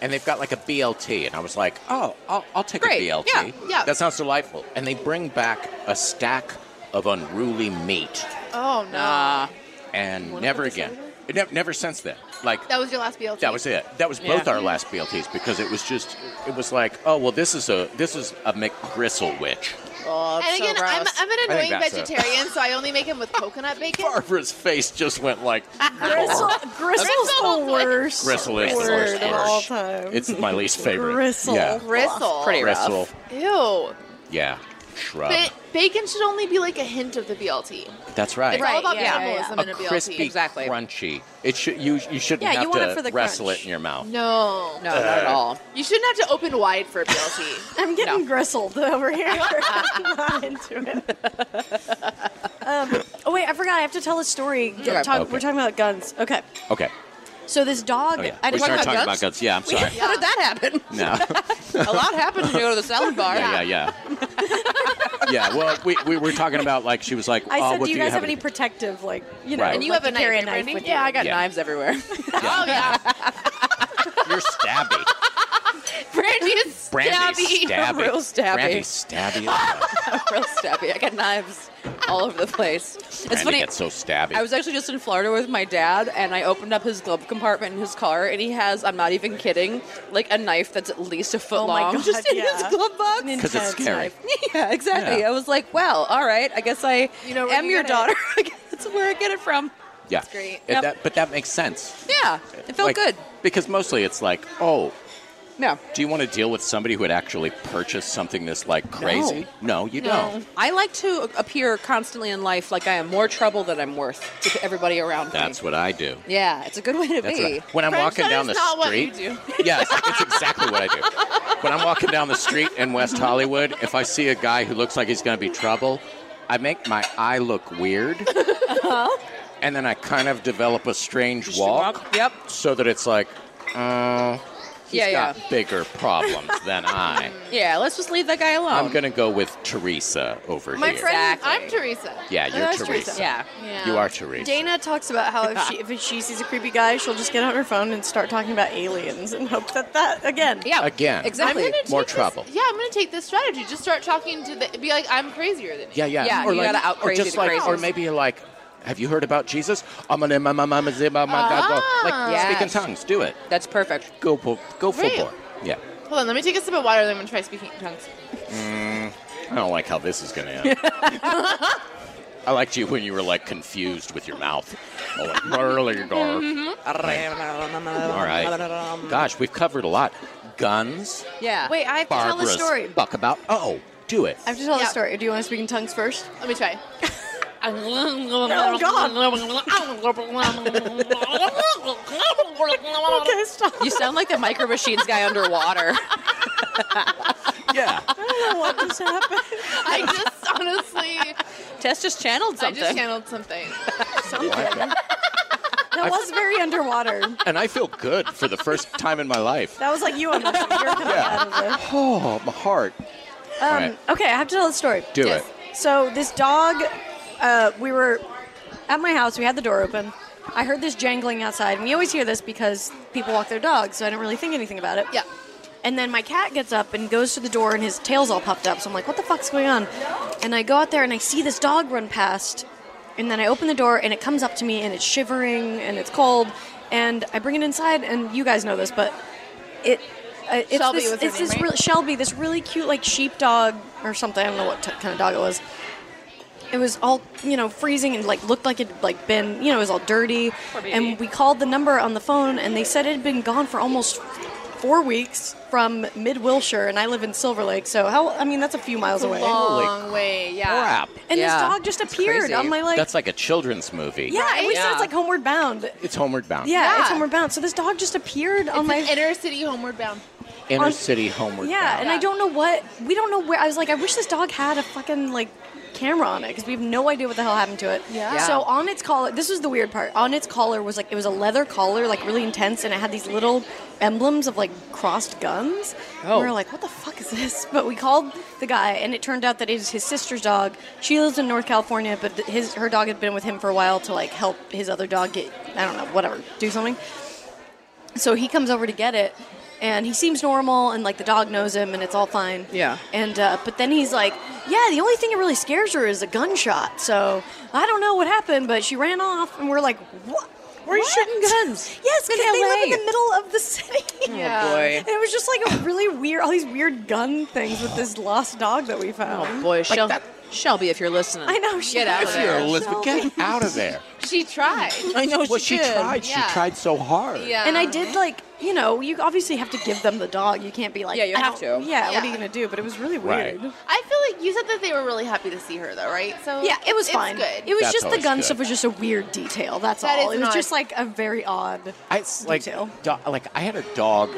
and they've got like a BLT, and I was like, oh, I'll, I'll take Great, a BLT. yeah, yeah. That sounds delightful. And they bring back a stack of unruly meat, Oh no, Uh, and wanna never put this again, over ne- never since then. Like that was your last BLT. that was it. That was both Yeah. our last BLTs because it was just it was like, oh well, this is a this is a McGristle witch. oh, it's And so again, I'm, gross. I'm an I annoying think that's it. vegetarian, so I only make them with coconut bacon. Barbara's face just went like, Gristle, gristle's the Gristle's worst. Gristle is the word worst of word. all time. it's my least favorite. Gristle. Yeah. Gristle. Pretty Gristle. rough. Ew. Yeah. Shrub. Ba- bacon should only be like a hint of the BLT. That's It's right. all Right, about yeah, minimalism yeah. in a a BLT. crispy, Exactly. crunchy. It should you you shouldn't Yeah, you have want it to for the wrestle crunch. it in your mouth. No. no, not Uh. at all. You shouldn't have to open wide for a BLT. I'm getting No. gristled over here. I'm not into it. Um, oh wait, I forgot. I have to tell a story. G- Okay. talk- Okay. We're talking about guns. Okay. Okay. So this dog. Oh yeah. I we just started about talking guns? about Uh, guts. Yeah, I'm sorry. How did that happen? No. a lot happened when you go to the salad bar. Yeah, yeah, yeah. yeah. Well, we, we were talking about like she was like, I oh, said, what do you guys have any to-" protective, like you know? Right. And you like have a carry knife, right, Brandy? with you? Yeah, I got Yeah. knives everywhere. Oh yeah. You're stabby. Brandy is Brandy stabby. stabby. Real stabby. Brandy stabby. Oh, Real stabby. I got knives all over the place. It's Brandy funny. gets so stabby. I was actually just in Florida with my dad, and I opened up his glove compartment in his car, and he has—I'm not even kidding—like a knife that's at least a foot Oh my long, God, just in yeah. his glove box. An intense 'Cause it's scary. knife. yeah, exactly. Yeah. I was like, "Wow, all right. I guess I You know where am you your get it. daughter. I guess that's where I get it from." yeah. great. It- Yep. that- but that makes sense. Yeah, it felt Like, good. Because mostly it's like, oh, Yeah. do you want to deal with somebody who would actually purchase something this like crazy? No, you don't. I like to appear constantly in life like I am more trouble than I'm worth to everybody around That's me. what I do. Yeah, it's a good way to That's be. what I- when I'm French walking down toast the is not what street, you yes, it's exactly what I do. When I'm walking down the street in West Hollywood, if I see a guy who looks like he's going to be trouble, I make my eye look weird, and then I kind of develop a strange walk, Yep. so that it's like, uh, he's Yeah, yeah. got bigger problems than I. Yeah, let's just leave that guy alone. I'm going to go with Teresa over My here. friend, Exactly. I'm Teresa. yeah, you're That's Teresa. Yeah. Yeah. You are Teresa. Dana talks about how if she if she sees a creepy guy, she'll just get on her phone and start talking about aliens and hope that that again. Yeah. Again. I'm Exactly. gonna take More this- trouble. Yeah, I'm gonna take this strategy. Just start talking to the. Be like, I'm crazier than you. Yeah, yeah. Yeah, you gotta out or crazy just the like, or crazies. maybe you're like, have you heard about Jesus? I'm gonna my my my my my my God. go. Like Ah. speak in Yes. tongues. Do it. That's perfect. Go po- go full Right. bore. Yeah. Hold on, let me take a sip of water. Then I'm gonna try speaking in tongues. I don't like how this is gonna end. I liked you when you were like confused with your mouth. Oh, like, really dark. All right. Gosh, we've covered a lot. Guns. Yeah. Wait, I have to tell a Barbara's story. Buck about. Oh, do it. I have to tell a Yeah. story. Do you want to speak in tongues first? Let me try. Oh God. okay, stop. You sound like the micro machines guy underwater. Yeah. I don't know what just happened. I just honestly, Tess just channeled I something. just channeled something. That was very underwater. and I feel good for the first time in my life. That was like you on the You're coming out of this. Oh, my heart. Um, right. Okay, I have to tell the story. Do Yes. it. So this dog, uh, we were at my house. We had the door open. I heard this jangling outside, and we always hear this because people walk their dogs, so I don't really think anything about it. Yeah. And then my cat gets up and goes to the door, and his tail's all puffed up. So I'm like, "What the fuck's going on?" And I go out there and I see this dog run past, and then I open the door and it comes up to me and it's shivering and it's cold, and I bring it inside, and you guys know this, but it. Uh, it's Shelby this, was her it's name, this right? really, Shelby, this really cute like sheepdog or something. I don't know what t- kind of dog it was it was all you know freezing and like looked like it had like been you know it was all dirty and we called the number on the phone and they said it had been gone for almost four weeks from mid wilshire and i live in silver lake so how i mean that's a few miles away Long way, yeah. Crap. um, and this Yeah. dog just That's appeared crazy. i'm like That's like a children's movie. yeah and we said Yeah. it's like homeward bound yeah, It's Homeward Bound. it's Yeah. homeward bound so this dog just appeared on It's my an inner city homeward bound. Inner on- city Homeward Um, yeah Bound. and i don't know what we don't know where i was like i wish this dog had a fucking like camera on it because we have no idea what the hell happened to it. Yeah. Yeah. So on its collar, this was the weird part. On its collar was like it was a leather collar, like really intense, and it had these little emblems of like crossed guns. And Oh. we were like, what the fuck is this? But we called the guy, and it turned out that it is his sister's dog. She lives in North California, but th- his her dog had been with him for a while to like help his other dog get I don't know whatever do something. So he comes over to get it, and he seems normal, and like the dog knows him, and it's all fine. Yeah. And uh, but then he's like, "Yeah, the only thing that really scares her is a gunshot." So I don't know what happened, but she ran off, and we're like, "What? Where are you What?" shooting guns? yes, In because they live in LA. the middle of the city. Yeah. boy. And it was just like a really weird, all these weird gun things with this lost dog that we found. Oh boy, Shel- Shelby, if you're listening, I know, Get out of If Shelby. you're there. Elizabeth, get out of there. She tried. I know Well, she tried. Yeah. She tried so hard. Yeah. And I did like, you know, you obviously have to give them the dog. You can't be like, Yeah, you "I have don't- to. Yeah, what are Yeah. you gonna do? But it was really Right. weird. I feel like you said that they were really happy to see her though, right? So Yeah, it was it's fine. Good. It was That's just the always gun good. stuff was just a weird detail. That's That all. is it was not- just like a very odd. I it's like Detail. do- like I had a dog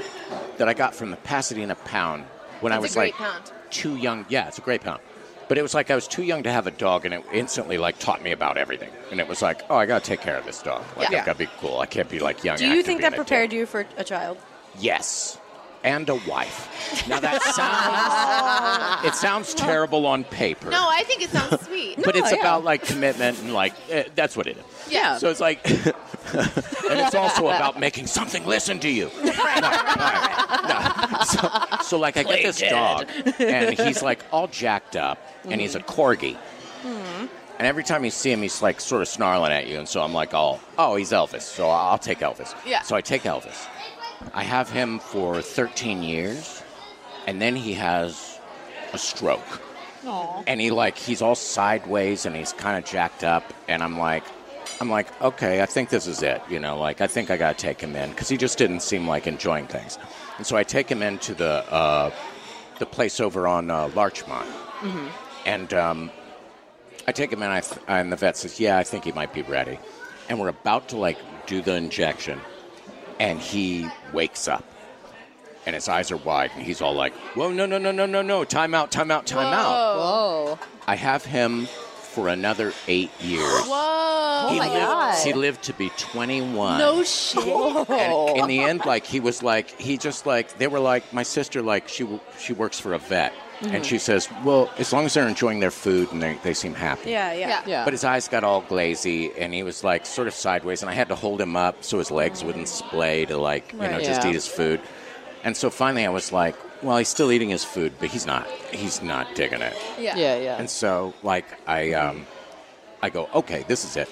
that I got from the Pasadena Pound when I That's was a great like pound. too young. Yeah, it's a great pound. But it was like I was too young to have a dog, and it instantly like taught me about everything. And it was like, oh, I gotta take care of this dog. Like Yeah. I've gotta be cool. I can't be like young. Do you think that prepared you for a child? Yes, and a wife. Now that sounds it sounds terrible on paper. No, I think it sounds sweet. but it's yeah. about like commitment and like eh, that's what it is. Yeah. So it's like, and it's also about making something listen to you. No, all right, no. So, so like, I get this dog, and he's like all jacked up, and he's a corgi. And every time you see him, he's like sort of snarling at you, and so I'm like, oh, oh, he's Elvis, so I'll take Elvis. Yeah. So I take Elvis. I have him for 13 years, and then he has a stroke and he like he's all sideways and he's kind of jacked up and i'm like i'm like okay i think this is it you know like i think i gotta take him in because he just didn't seem like enjoying things and so i take him into the uh, the place over on uh, larchmont and um, i take him in I th- and the vet says yeah i think he might be ready and we're about to like do the injection and he wakes up and his eyes are wide and he's all like whoa no no no no no no time out time out time out Whoa. I have him for another eight years. Whoa. He my lived, God. He lived to be 21. No shit. Oh, And in the end, like he was like he just like they were like my sister like she w- she works for a vet and she says well as long as they're enjoying their food and they they seem happy. Yeah, yeah. Yeah. Yeah. But his eyes got all glazy and he was like sort of sideways and I had to hold him up so his legs wouldn't splay to like you know Right. just Yeah. eat his food. And so finally I was like, well he's still eating his food but he's not he's not digging it. Yeah. yeah, yeah. And so, like, I, um, I go, okay, this is it.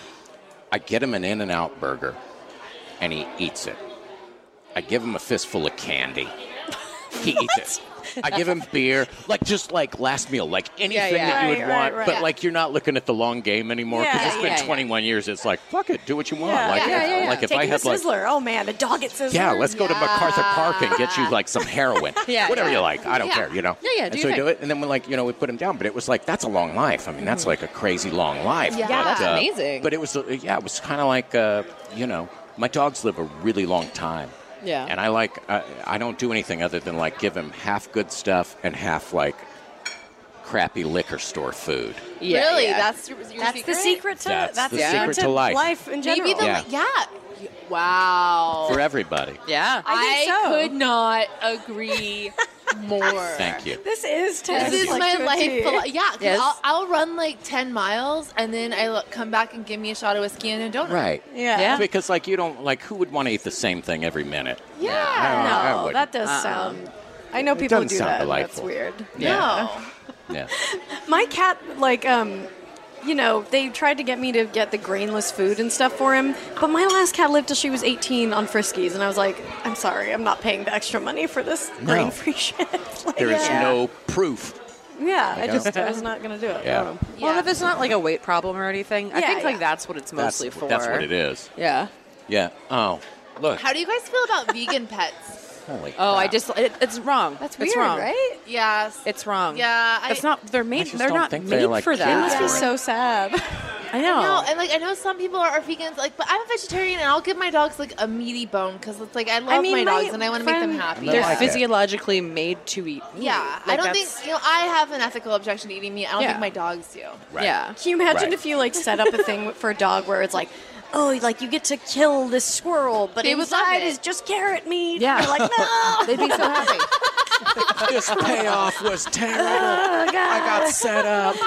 I get him an In and Out burger, and he eats it. I give him a fistful of candy. He eats it. I give him beer, like just like last meal, like anything yeah. that you would Right, right, want. right. But like you're not looking at the long game anymore because Yeah, it's been yeah, yeah. 21 years. It's like fuck it, do what you want. Yeah, like yeah, if, yeah, yeah. like if Taking I had the like Sizzler. oh man, the dog at Sizzler. yeah, let's go to MacArthur Park and get you like some heroin. Yeah, whatever yeah. you like. I don't Yeah. care, you know. Yeah, yeah, do And your so we thing. do it, and then we like, you know, we put him down. But it was like that's a long life. I mean, that's like a crazy long life. Yeah, but, that's amazing. But it was, uh, yeah, it was kind of like, uh, you know, my dogs live a really long time. Yeah. And I like, I, I don't do anything other than like give him half good stuff and half like crappy liquor store food. yeah, really? yeah. That's your, your That's the secret to That's that's the secret secret to to life. in general. Maybe the Yeah. yeah. Wow. For everybody. yeah. I uh, think so. could not agree more. Thank you. this is This Thank is you. my life. philo- philosophy. yeah, 'cause Yes. I'll, I'll run like ten miles and then I look, come back and give me a shot of whiskey and a donut. Right. Yeah. Yeah. Because like you don't like who would want to eat the same thing every minute? Yeah. No, I No, wouldn't. that does Uh-uh. sound. I know people doesn't do sound that. and delightful. That's weird. No. Yeah. My cat, like, um, you know, they tried to get me to get the grainless food and stuff for him, but my last cat lived till she was 18 on Friskies, and I was like, I'm sorry, I'm not paying the extra money for this No. grain free shit. like, There is yeah. no proof. Yeah, I go. just, I was not going to do it. Um, Yeah. I don't know. Well, if it's not like a weight problem or anything, I Yeah, think like yeah. that's what it's mostly that's, for. That's what it is. Yeah. Yeah. Oh, look. How do you guys feel about vegan pets? Holy Oh, I crap. just it, it's wrong. That's weird, it's wrong. right? Yes. It's wrong. Yeah, I- it's not. They're made. just they're don't not think made they're, like, for kids Must Yeah. be for that. it. so sad. I know. I know, Oh. and like I know some people are, are vegans, like, but I'm a vegetarian, and I'll give my dogs like a meaty bone because it's like I love mean, my, my dogs, and I want to make them friend- happy. They're They're like it. physiologically made to eat. meat. yeah, Like, I don't that's- think you know. I have an ethical objection to eating meat. I don't Yeah. think my dogs do. Right. Yeah. Can you imagine Right. if you like set up a thing for a dog where it's like, oh, like you get to kill this squirrel, but They would love inside it. is just carrot meat. Yeah. You're like, no, They'd be so happy. This payoff was terrible. Oh, I got set up.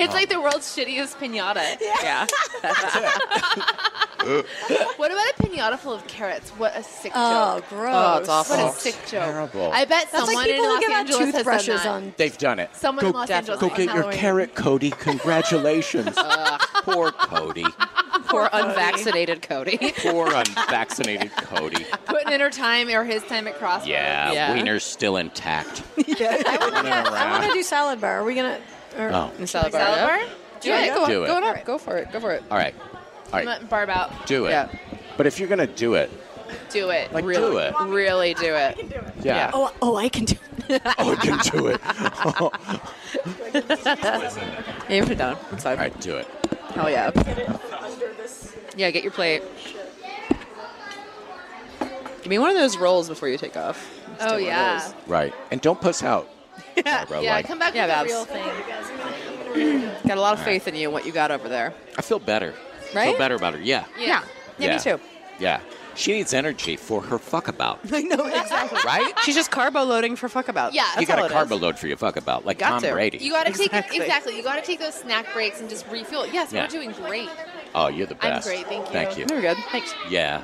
It's like the world's shittiest pinata. yeah. What about a pinata full of carrots? What a sick oh, joke! gross. Oh, it's awful. What Oh, a sick joke! terrible. I bet That's someone like people in who Los give out Angeles has toothbrushes done that. on. They've done it. Someone in Go- Los definitely. Angeles. Go has get done your Halloween. carrot, Cody. Congratulations. Poor Cody. Poor unvaccinated Cody. Poor unvaccinated Cody. Putting in her time or his time at Crossroads. Yeah, Yeah. wiener's still intact. I want to do salad bar. Are we gonna? Or, Oh, And salad bar. Salad yeah. bar? Do it. Go, Do it. go on up. Go for it. Go for it. all right. All I'm right, letting Barb out. do it. Yeah. But if you're going to do it, Do it. like, Really. do it. Really do it. Yeah. Oh, oh, I can do. Oh, I can do it. all Yeah, put it down. It's fine. right, do it. Hell yeah. Yeah, get your plate. Give me one of those rolls before you take off. Let's do Oh one of yeah. those. Right. And don't puss out. Barbara, Yeah, like, come back Yeah, with a Babs. real thing. Got a lot of faith in you and what you got over there. I feel better. I Right? feel better about her. Yeah. Yeah. Yeah, me too. Yeah. She needs energy for her fuck about. I know exactly. Right? She's just carbo loading for fuck about. Yeah. you That's got all a it carbo is. load for your fuck about, like Got Tom to. Brady. You gotta Exactly. take exactly. You gotta take those snack breaks and just refuel. Yes, Yeah. we're doing great. oh, you're the I'm best. great, thank you. Thank you. Very good. Thanks. Yeah.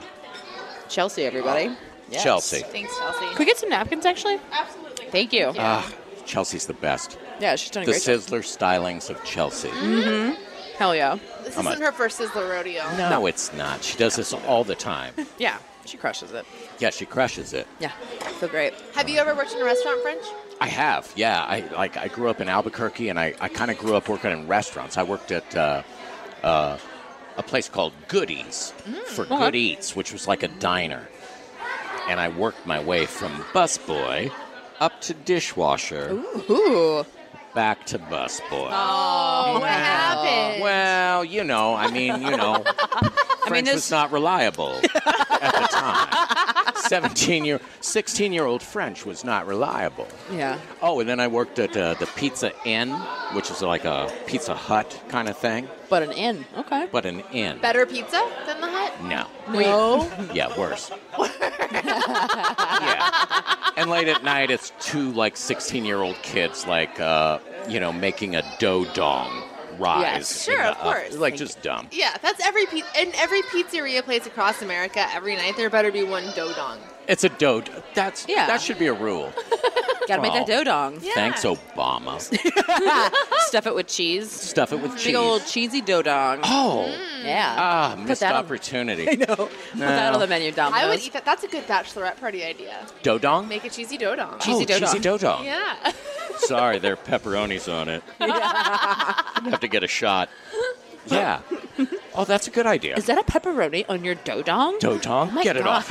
Chelsea, everybody. Yes. Chelsea. Thanks, Chelsea. Could we get some napkins, actually? Absolutely. Thank you. Ah, Chelsea's the best. yeah, she's done a The great Mm-hmm. job. Sizzler stylings of Chelsea. Hell yeah. This I'm isn't a- her first Sizzler rodeo. No. it's not. She does this all the time. Yeah, she crushes it. yeah, she crushes it. Yeah, feel great. Have you ever worked in a restaurant, French? I have, yeah. I like I grew up in Albuquerque, and I, I kind of grew up working in restaurants. I worked at uh, uh, a place called Goodies for Good Eats, which was like a diner, and I worked my way from busboy up to dishwasher, Ooh. back to busboy. Oh, what happened? Well, you know, I mean, you know, French there's- was not reliable at the time. Seventeen year, sixteen year old French was not reliable. Yeah. Oh, and then I worked at uh, the Pizza Inn, which is like a Pizza Hut kind of thing, But an inn. Okay. but an inn. Better pizza than the hut? No. No. Yeah, worse. yeah. And late at night, it's two like 16 year old kids, like, uh, you know, making a dough dong rise. Yes, in sure, the of course. oven. Like, just dumb. Yeah, that's every pi- in every pizzeria place across America every night. There better be one dough dong. It's a dough. That's Yeah. That should be a rule. Gotta make that Wow. dodong. Yeah. Thanks, Obama. Stuff it with cheese. Stuff it with cheese. Big old cheesy dodong. oh. Yeah. Ah, missed that on- opportunity. Put that on the menu, Domino's. I would eat that. That's a good bachelorette party idea. Dough dong? Make a cheesy dough dong. oh, cheesy dough cheesy dong. dough dong. Yeah. Sorry, there are pepperonis on it. Have to get a shot. Yeah. Oh, that's a good idea. Is that a pepperoni on your dodong? Oh Dodong? my get it God.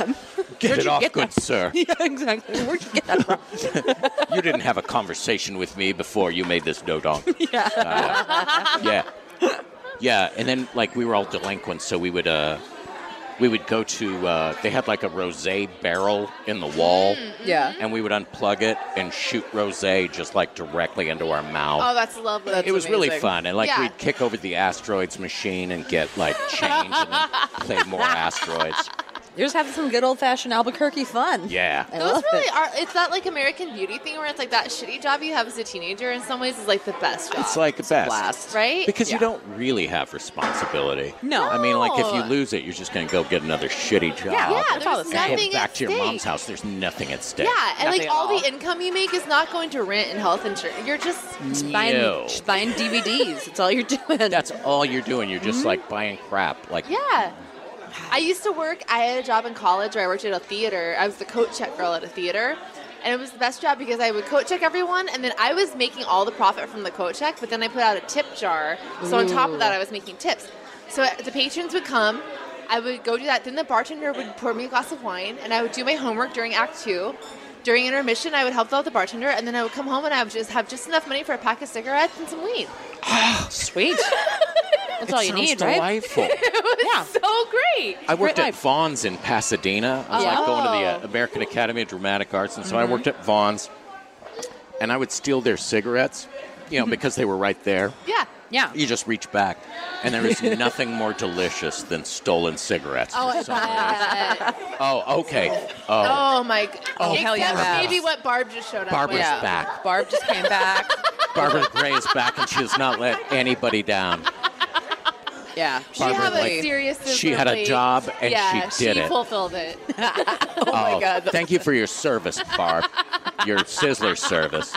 off. Get Where'd it you off, get good that? sir. yeah, exactly. Where'd you get that from? You didn't have a conversation with me before you made this dodong. yeah. Uh, yeah. Yeah, and then like we were all delinquents, so we would uh we would go to uh they had like a rosé barrel in the wall. Yeah. And we would unplug it and shoot rosé just like directly into our mouth. Oh, that's lovely. it was really amazing. fun, and like Yeah. we'd kick over the asteroids machine and get like change, and then play more asteroids. You're just having some good old fashioned Albuquerque fun. Yeah. I Those love really it. are. It's that like American Beauty thing where it's like that shitty job you have as a teenager. In some ways, is like the best job. It's like the best, blast. right? Because you Yeah. don't really have responsibility. No. I mean, like if you No. lose it, you're just gonna go get another shitty job. yeah, That's all there's the same. Go nothing back at to your stake. mom's house. There's nothing at stake. Yeah, and Nothing like at all all. the income you make is not going to rent and health insurance. You're just Just buying, No. just buying DVDs. It's all you're doing. That's all you're doing. You're Mm-hmm. just like buying crap. Like Yeah. I used to work, I had a job in college where I worked at a theater. I was the coat check girl at a theater. And it was the best job because I would coat check everyone, and then I was making all the profit from the coat check, but then I put out a tip jar. So on top of that, I was making tips. So the patrons would come, I would go do that. Then the bartender would pour me a glass of wine, and I would do my homework during Act Two. During intermission, I would help out the bartender, and then I would come home and I would just have just enough money for a pack of cigarettes and some weed. Sweet. That's all it you sounds need, right? delightful. Yeah. So great. I worked Great at life. Vaughn's in Pasadena. I was like Oh. going to the uh, American Academy of Dramatic Arts, and so Mm-hmm. I worked at Vaughn's, and I would steal their cigarettes, you Mm-hmm. know, because they were right there. Yeah. Yeah. You just reach back, and there is nothing more delicious than stolen cigarettes. for some reason. oh, okay. Oh, Oh my! g- Oh, Except hell yeah. Maybe what Barb just showed up. Barbara's with. Yeah. back. Barb just came back. Barbara Gray is back, and she has not let anybody down. Yeah. She She Barbara, had like, a serious. she had a disability. job and yeah, she did it. fulfilled it. Oh, thank you for your service, Barb. your Sizzler service.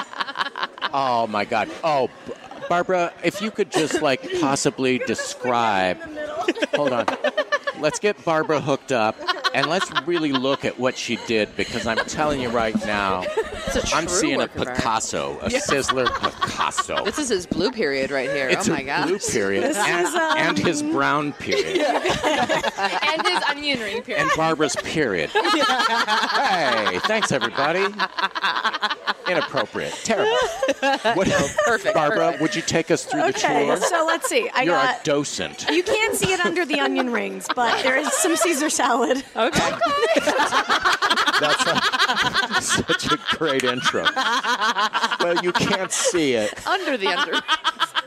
Oh my God. Oh, B- Barbara, if you could just like possibly describe. Hold on. Let's get Barbara hooked up and let's really look at what she did because I'm telling you right now, It's a I'm true seeing a work of art. Picasso, a Sizzler Picasso. This is his blue period right here. It's oh my a gosh. um, blue period and, and his brown period and his onion ring period. and Barbara's period. hey, thanks everybody. Inappropriate, terrible. What, perfect, Barbara, perfect. would you take us through Okay, the tour? so let's see. I You're a got. docent. you can't see it under the onion rings, but there is some Caesar salad. Okay. That's a- such a great intro. Well, you can't see it. under the under.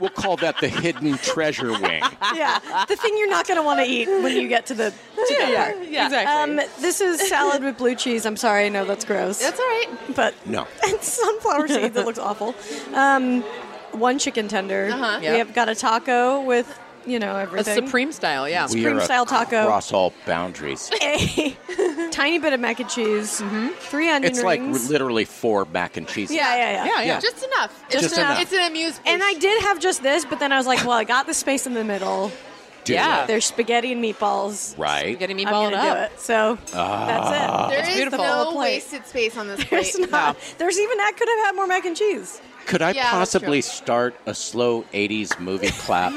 We'll call that the hidden treasure wing. Yeah, the thing you're not going to want to eat when you get to the. To that part. Yeah. Exactly. Um, this is salad with blue cheese. I'm sorry, I know that's gross. That's all right. but No. and sunflower seeds. It looks awful. Um, one chicken tender. Uh-huh. We Yeah. have got a taco with you know a everything. supreme style, yeah. We Supreme are style taco. across all boundaries. a tiny bit of mac and cheese. Mm-hmm. Three onion It's like rings. literally four mac and cheeses. yeah, yeah, yeah. yeah, yeah. Just enough. It's Just enough. It's an amuse. And I did have just this, but then I was like, well, I got the space in the middle. Do Yeah. it. There's spaghetti and meatballs. Right. getting me I'm balled gonna up. do it. So that's it. There is beautiful. no Full plate. wasted space on this plate. There's not. There's even that could have had more mac and cheese. Could I Yeah, that's possibly true. Mm-hmm. start a slow 80s movie clap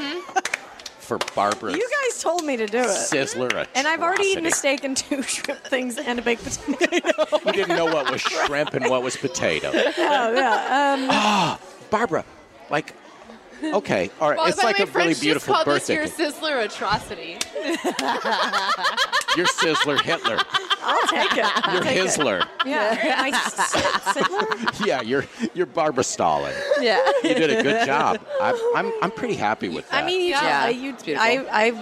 for Barbara You guys told me to do it. Sizzler? And I've already eaten a atrocity? steak and two shrimp things and a baked potato. You didn't know what was shrimp and what was potato. Oh, yeah. Um, Barbara, like, okay, all right, Well, it's Oh, by like the a way, French really just beautiful called birthday. This your Sizzler atrocity. cake. You're Sizzler Hitler. I'll take it. I'll You're take it. Hisler. Yeah. My s- Sizzler? Yeah, you're you're Barbara Stalin. Yeah. You did a good job. I'm I'm, I'm pretty happy with that. I mean, you, Yeah. I, you, It's beautiful. I,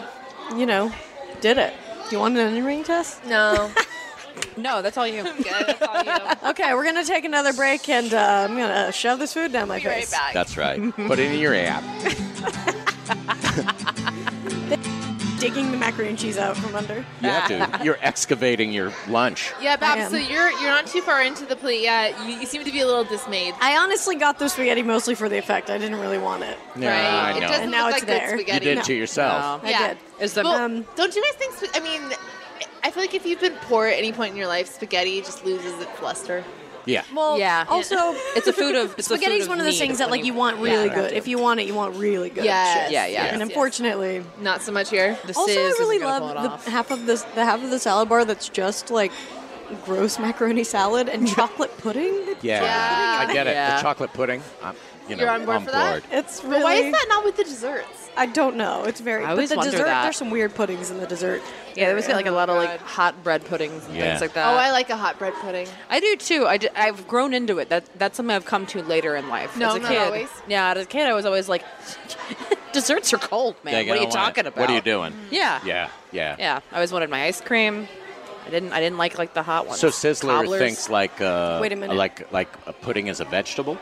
I, you know, did it. Do you want an onion ring test? No. No, that's all you. All Good. That's all you. Okay, we're gonna take another break, and uh, I'm gonna shove this food down my Be right face. back. that's right. Put it in your app. Digging the macaroni and cheese out from under. You have to. You're excavating your lunch. yeah, I Bab. am. So you're you're not too far into the plate yet. You, you seem to be a little dismayed. I honestly got the spaghetti mostly for the effect. I didn't really want it. Yeah, right. I It know. doesn't And now look it's like good there. You you spaghetti. did No. to yourself. No. I Yeah. did. Is the Well, Um, don't you guys think? sp- I mean, I feel like if you've been poor at any point in your life, spaghetti just loses its luster. Yeah. Well, Yeah. Also, it's a food of it's a spaghetti food is one of need those things that when like you want really Yeah. good. If you want it, you want really good. Yes. shit. Yeah, yeah. And Yes, unfortunately, Not so much here. The also I sizz really isn't gonna pull it love off. the half of this the half of the salad bar that's just like gross macaroni salad and chocolate pudding. Yeah, Yeah. I get it. Yeah. The chocolate pudding. I'm, you know, You're on board I'm for that? bored. It's really. But why is that not with the desserts? I don't know. It's very. I but always the wonder dessert. that. There's some weird puddings in the dessert. Yeah, there was like a lot of like God. hot bread puddings and Yeah. things like that. oh, I like a hot bread pudding. I do too. I have grown into it. That that's something I've come to later in life. No, as a not kid, always. yeah. As a kid, I was always like, desserts are cold, man. Yeah, you what are you don't want talking it. about? What are you doing? Yeah, Yeah, yeah. yeah. I always wanted my ice cream. I didn't. I didn't like like the hot ones. So Sizzler Cobblers. thinks like uh, Wait a minute. like like a pudding is a vegetable.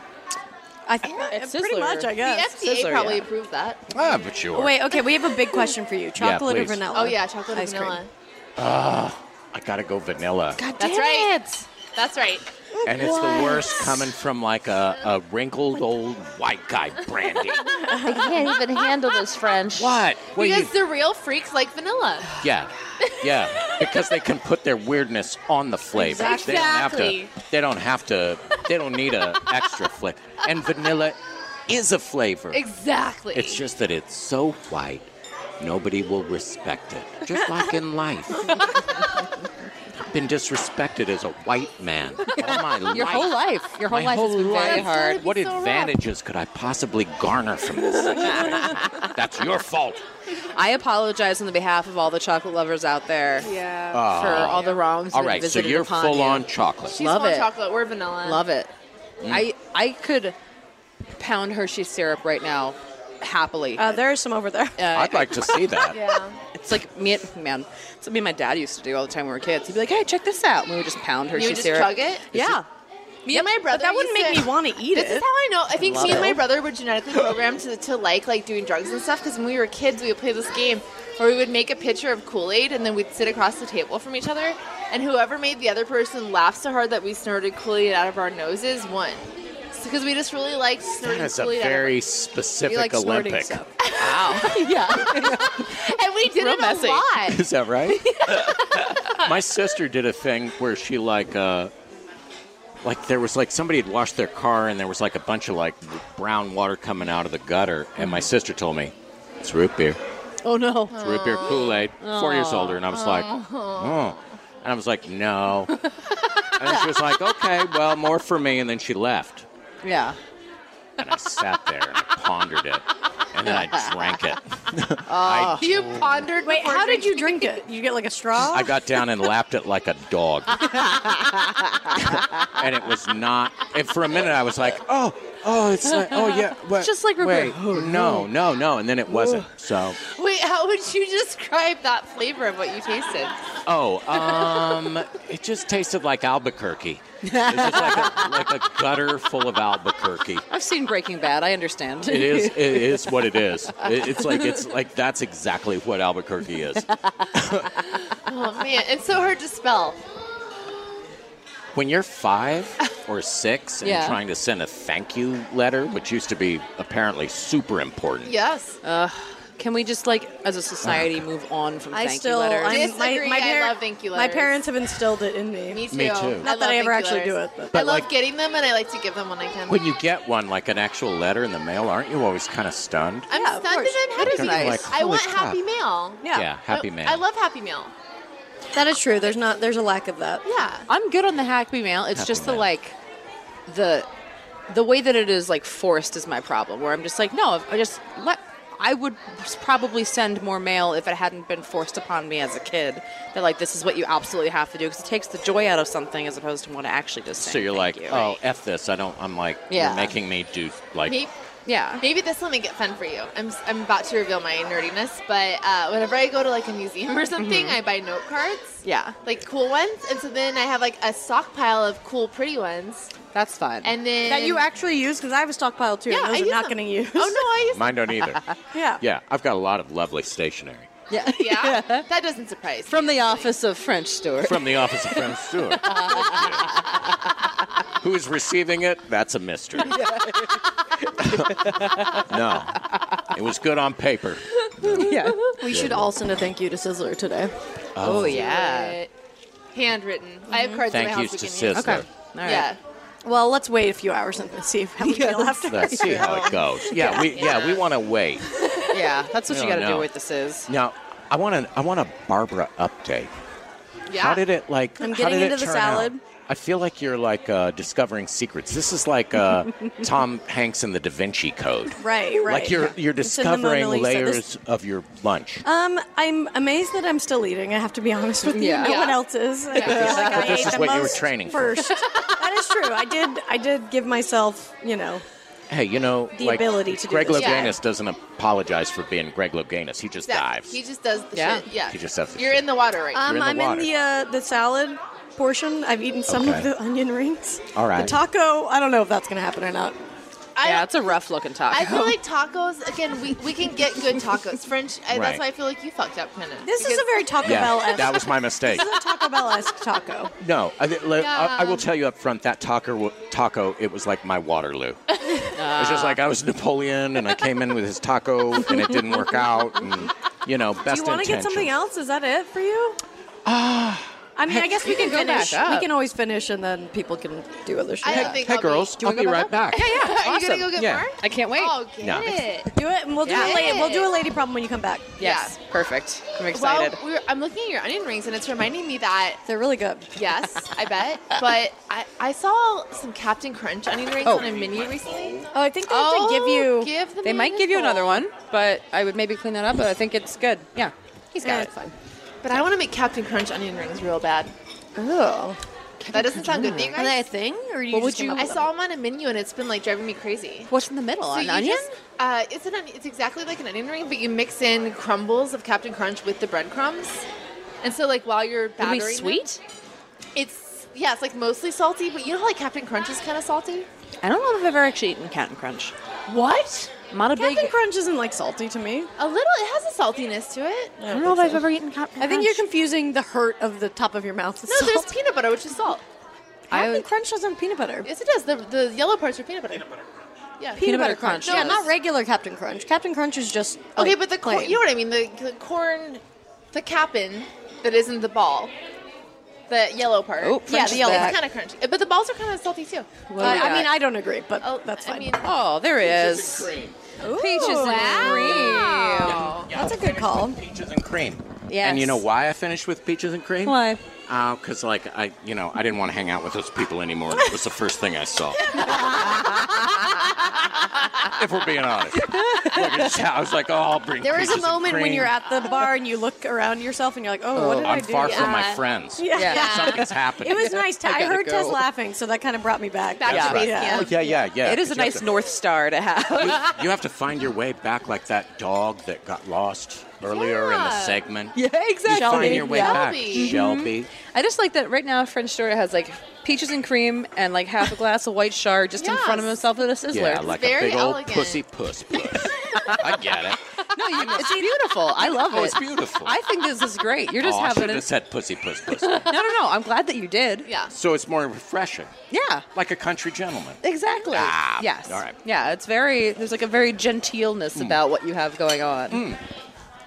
I think It's pretty Sizzler. much. I guess. the FDA Sizzler, probably yeah. approved that. Ah, but sure. Wait. Okay. We have a big question for you. Chocolate or please. vanilla? Oh yeah, chocolate and Ice cream. vanilla. I gotta go vanilla, God That's damn right. it. That's right. and it's the worst coming from like a, a wrinkled old white guy brandy. I can't even handle this French. what? What you? because the real freaks like vanilla. yeah, yeah. Because they can put their weirdness on the flavor. They don't have to. Exactly. They don't have to. They don't need a extra flavor. And vanilla is a flavor. Exactly. It's just that it's so white, nobody will respect it. Just like in life. been disrespected as a white man all my Your life. whole life. Your whole My life has been very life. hard. What advantages could I possibly garner from this situation? That's your fault. I apologize on the behalf of all the chocolate lovers out there Yeah. uh, for all the wrongs Ah. All that right, so visited you're upon full you. on Mm. chocolate. She's love full it. chocolate. We're vanilla. Love it. I I could pound Hershey syrup right now, happily. Uh, there are some over there. Uh, I'd like to see that. Yeah. It's like me, and- man. It's what me and my dad used to do all the time when we were kids. He'd be like, "Hey, check this out," and we would just pound Hershey would just syrup. chug it? Yeah. Me and my brother. But that wouldn't used make to- me want to eat This is it. how I know. I think Love me and it. my brother were genetically programmed to, to like like doing drugs and stuff because when we were kids, we would play this game where we would make a picture of Kool Aid and then we'd sit across the table from each other, and whoever made the other person laugh so hard that we snorted Kool Aid out of our noses won. Because we just really liked snorting That's a Kool Aid. very You specific like snorting Olympic. stuff. Wow. and we did real it a messy. lot. Is that right? My sister did a thing where she like uh like there was like somebody had washed their car and there was like a bunch of like brown water coming out of the gutter and Mm-hmm. my sister told me it's root beer. oh no. It's root beer Kool-Aid. 4 years older and I was like, "Oh." And I was like, "No." and she was like, "Okay, well, more for me." And then she left. Yeah. And I sat there and I pondered it. And then I drank it. I You pondered. Wait, before how did drinking. you drink it? You get like a straw? I got down and lapped it like a dog. and it was not. And for a minute, I was like, oh, oh, it's like, oh, yeah. Wait, just like Roberta. wait, no, no, no. And then it wasn't. So, Wait, how would you describe that flavor of what you tasted? oh, um, it just tasted like Albuquerque. It's just like a, like a gutter full of Albuquerque. I've seen Breaking Bad. I understand. It is. It is what it is. It, it's like it's like that's exactly what Albuquerque is. Oh man, it's so hard to spell. When you're five or six and Yeah. trying to send a thank you letter, which used to be apparently super important, Yes. Can we just like, as a society, move on from I thank still, you letters? I'm, my, Disagree, my, I par- love thank you my letters. parents have instilled it in me. Me too. Me too. Not I that love I ever thank you actually do it, letters. but- I But, love like- getting them, and I like to give them when I can. When you get one, like an actual letter in the mail, aren't you always kind of stunned? I'm Yeah, of stunned course. and I'm It happy. is nice. because Like, I holy want crap. happy mail. Yeah. Happy Mail. I love happy mail. That is true. There's not. There's a lack of that. Yeah. I'm good on the happy mail. It's Happy just the mail. like, the the way that it is like forced is my problem. Where I'm just like, no, I just let. I would probably send more mail if it hadn't been forced upon me as a kid. That like this is what you absolutely have to do because it takes the joy out of something as opposed to want to actually just. Say So you're thank like, you. oh, f this. I don't. I'm like, Yeah. you're making me do like. Maybe, yeah. maybe this will make it fun for you. I'm, s- I'm about to reveal my nerdiness, but uh, whenever I go to like a museum or something, I buy note cards. Mm-hmm. Yeah. Like cool ones, and so then I have like a stockpile of cool, pretty ones, That's fun. and then That you actually use because I have a stockpile too. yeah, and I those use are not them. going to use. Oh no, I use Mine don't either. Yeah. yeah, I've got a lot of lovely stationery yeah. yeah. That doesn't surprise me. From the office of French Stewart. from the office of Friend Stewart. Thank you. Who is receiving it? That's a mystery. no, it was good on paper. yeah. We should all send a thank you to Sizzler today. Oh, yeah. But handwritten. I have cards in Thank my yous house. we to can use. Sizzler. Mm-hmm. Okay. All right. Yeah. Well, let's wait a few hours and see how we feel after. Let's see how it goes. Yeah, we yeah we want to wait. Yeah. That's what you Oh, got to do no. with this is. Now, I want to I want a Barbara update. Yeah. How did it like? I'm how getting did it into the turn salad. out? I feel like you're like uh, discovering secrets. This is like uh, Tom Hanks in The Da Vinci Code. Right, right. Like you're you're It's in the Mona discovering Lisa. layers This- of your lunch. um, I'm amazed that I'm still eating. I have to be honest with you. Yeah. No one Yeah. else is. I feel like I this ate is the what you were most training for. first. that is true. I did. I did give myself, you know, hey, you know, the like, ability to do Greg this. Louganis Yeah. doesn't apologize for being Greg Louganis. He just Exactly. dives. He just does the Yeah. shit. Yeah. He just does the You're shit. in the water right now. Um, You're in I'm the in the uh, the salad portion. I've eaten some Okay. of the onion rings. All right. The taco. I don't know if that's going to happen or not. I, Yeah, it's a rough looking taco. I feel like tacos, again, we, we can get good tacos. French, I, that's Right. why I feel like you fucked up, kind of. This is a very Taco Bell yeah, esque. that was my mistake. This is a Taco Bell esque taco. No, I, I- Yeah. I will tell you up front that taco, wa- taco, it was like my Waterloo. It's just like I was Napoleon, and I came in with his taco, and it didn't work out. And you know, best Do you want to get something else? intentions. Is that it for Ah, you? I mean, I guess we can can go back finish. We up. can always finish, and then people can do other shit. I don't Hey, think I'll girls, Be, I'll be right back. Yeah, yeah. Are you gonna awesome. go get Yeah. more? I can't wait. Oh, get No. it. do it, and we'll do Yeah. a lady. We'll do a lady problem when you come back. yes. Perfect. I'm Well, excited. we were, I'm looking at your onion rings, and it's reminding me that They're really good. yes, I bet. But I, I saw some Captain Crunch onion rings Oh. on a menu recently. Oh, Oh, I think they have to give you. give the they man might his give you bowl. another one, but I would maybe clean that up. But I think it's good. Yeah. He's got Yeah. it. Fine. But I want to make Captain Crunch onion rings real bad. oh, that doesn't sound good to you are they a guys. thing, or you What just would you- came up I with saw them on a menu, and it's been like driving me crazy. What's in the middle? So An you onion? just- uh, it's an onion, it's exactly like an onion ring, but you mix in crumbles of Captain Crunch with the breadcrumbs, and so like while you're Would it be battering, them, sweet? it's yeah, it's like mostly salty, but you know how like Captain Crunch is kind of salty. I don't know if I've ever actually eaten Captain Crunch. What? I'm not a Captain big. Crunch isn't like salty to me. A little. It has a saltiness to it. I Mm. don't know if I've ever eaten Captain Crunch. I think you're confusing the hurt of the top of your mouth. with No, salt. there's peanut butter, which is salt. Captain I- Crunch doesn't have peanut butter. Yes, it does. The, the yellow parts are peanut butter. Yeah. peanut butter butter crunch. crunch, Yeah, yes. not regular Captain Crunch. Captain Crunch is just Okay, like, but the corn. plain. You know what I mean? The, the corn, the capin that isn't the ball. The yellow part. Oh, Crunch yeah, the is yellow. back. It's kind of crunchy, but the balls are kind of salty too. What do Uh, we I mean, got? I don't agree, but Oh, that's fine. I mean, Oh, there it is. Peaches and wow. that's a good call. Peaches and cream. Yes. And you know why I finished with peaches and cream? Why? Oh, because like I, you know, I didn't want to hang out with those people anymore. It was the first thing I saw. if we're being honest, Like, it's- I was like, oh, I'll bring. There is a peaches and moment when cream. you're at the bar and you look around yourself and you're like, oh, what did I'm I do? far yeah. from my friends. Yeah. Yeah. Something's happening. It was nice. Te- I, gotta heard Tess go. laughing, so that kind of brought me back. Back Yeah. to base Yeah. camp. Oh, yeah, yeah, yeah. It is a 'cause you have nice to- North Star to have. You have to find your way back, like that dog that got lost earlier in the Yeah. segment. yeah, exactly. You find your way Shelby. back, Mm-hmm. Shelby. I just like that right now. French Stewart has like peaches and cream and like half a glass of white char just in front of Yes. himself at a sizzler. Yeah, like a very big old elegant. pussy puss puss. I get it. no, you, it's beautiful. I love Oh, it. it's beautiful. I think this is great. You're just oh, I having should it. have said pussy puss puss. no, no, no. I'm glad that you did. Yeah. so it's more refreshing, Yeah. like a country gentleman. Exactly. Ah, yes. all right. Hmm. Yeah, it's very. There's like a very genteelness about what you have going on.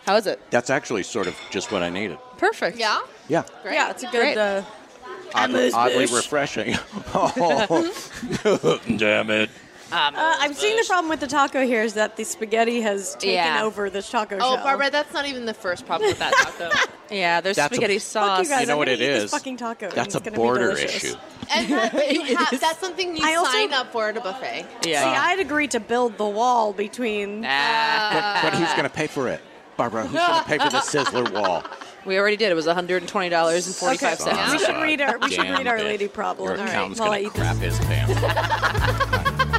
How is it? That's actually sort of just what I needed. Perfect. Yeah. Oh, Yeah, Great. Yeah, it's a Great. good. Uh, oddly, Amuse oddly bush. refreshing. oh, damn it! uh, I'm seeing the problem with the taco here is that the spaghetti has taken Yeah. over this taco Oh, shell. Barbara, that's not even the first problem with that taco. Yeah. There's That's a- spaghetti Fuck sauce. you guys, You know I'm what gonna it eat this is? fucking taco. and That's it's a gonna be border delicious. issue. and that, you It have, is. that's something you I also- sign up for at a buffet. See, Yeah. I'd agree to build the wall between. Ah, Uh, But, but who's going to pay for it, Barbara? Who's going to pay for the sizzler wall? we already did. It was 120 dollars and 45 Okay. cents. We should read our we should Damn read our bitch. lady problem. Your All right, accountant's while I going eat to crap his pants.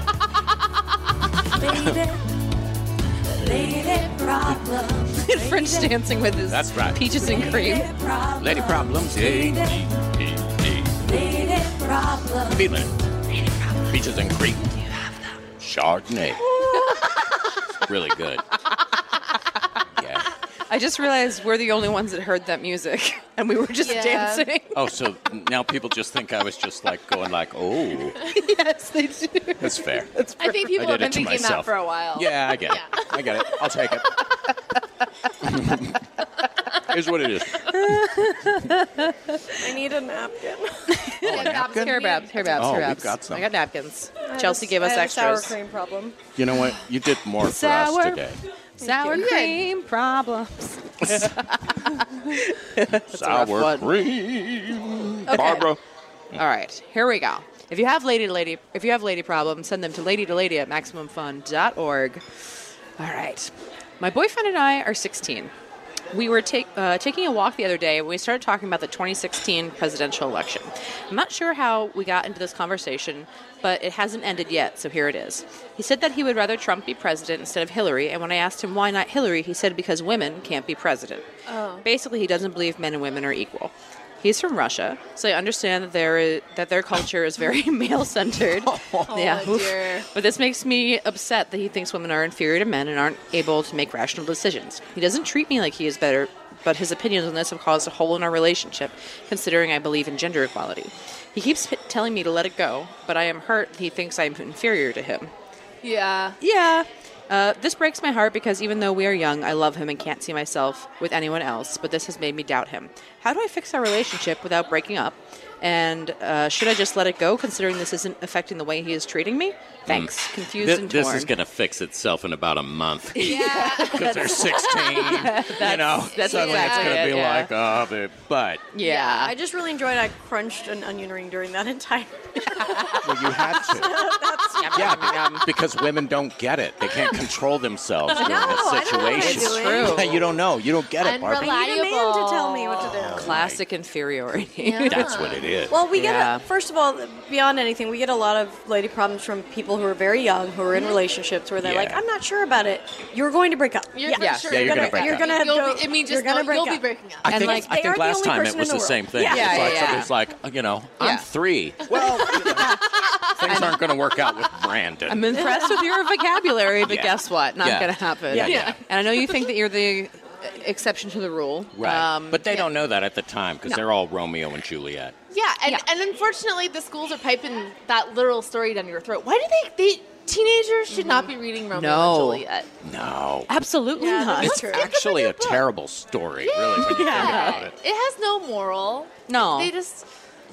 French dancing with his That's right. peaches and cream. Lady problems. Hey, hey, hey. Feeling it. Peaches and cream. Chardonnay. really good. Yeah. I just realized we're the only ones that heard that music, and we were just Yeah. dancing. Oh, so now people just think I was just like going like, oh, yes, they do. that's fair. I think people I have did it to been thinking that myself. for a while. Yeah, I get it. I get it. I'll take it. Here's what it is. I need a napkin. Oh, a napkin? Hair babs, hair babs, Oh, hair we've babs. got some. I got napkins. Chelsea gave us I had a extras. sour cream problem. You know what? You did more for Sour. us today. Sour you. cream problems. rough Sour one. cream. Barbara. All right, here we go. If you have lady to lady, if you have lady problems, send them to lady to lady at maximumfun.org. All right, my boyfriend and I are 16. We were take, uh, taking a walk the other day when we started talking about the 2016 presidential election. I'm not sure how we got into this conversation, but it hasn't ended yet, so here it is. He said that he would rather Trump be president instead of Hillary, and when I asked him why not Hillary, he said because women can't be president. Basically, he doesn't believe men and women are equal. He's from Russia, so I understand that there is, that their culture is very male centered. yeah, Oh, oof. dear. But this makes me upset that he thinks women are inferior to men and aren't able to make rational decisions. He doesn't treat me like he is better, but his opinions on this have caused a hole in our relationship, considering I believe in gender equality. He keeps p- telling me to let it go, but I am hurt that he thinks I'm inferior to him. Yeah. Yeah. Uh, this breaks my heart because even though we are young, I love him and can't see myself with anyone else, but this has made me doubt him. How do I fix our relationship without breaking up? And uh, should I just let it go, considering this isn't affecting the way he is treating me? Thanks. Mm. Confused Thi- and torn. this is going to fix itself in about a month. Yeah. because they're 16. you know, that's suddenly it's exactly going to it, be yeah. like, oh, but- but yeah. I just really enjoyed. I crunched an onion ring during that entire. well, you had to. yeah, be- because women don't get it. They can't control themselves during this um, I don't know what I'm situation. doing. It's true. you don't know. You don't get it, Barbie. I need a man to tell me what to do. Classic inferiority. That's what it is. Well, we get Yeah. a, first of all, beyond anything, we get a lot of lady problems from people who are very young, who Mm-hmm. are in relationships, where they're Yeah. like, "I'm not sure about it. You're going to break up. You're yeah, for Yeah. sure Yeah, you're gonna break you're up. gonna You'll go, be- it means you're just gonna know break you'll up. be breaking up. I and, think, like, I they are think the last only time it person was the, in the same world. thing. Yeah, It's yeah, like yeah. somebody's like, uh, you know, Yeah. I'm three. Well, you know, things aren't going to work out with Brandon. I'm impressed with your vocabulary, but Yeah. guess what? Not Yeah. going to happen. Yeah, yeah. And I know you think that you're the exception to the rule. right. Um, but they don't know that at the time because they're all Romeo and Juliet. Yeah, and, and unfortunately, the schools are piping that literal story down your throat. Why do they? They teenagers should not be reading Romeo No. and Juliet. No. absolutely Yeah, not. that's It's true. actually a terrible story, really, when you think about it. It has no moral. No. They just,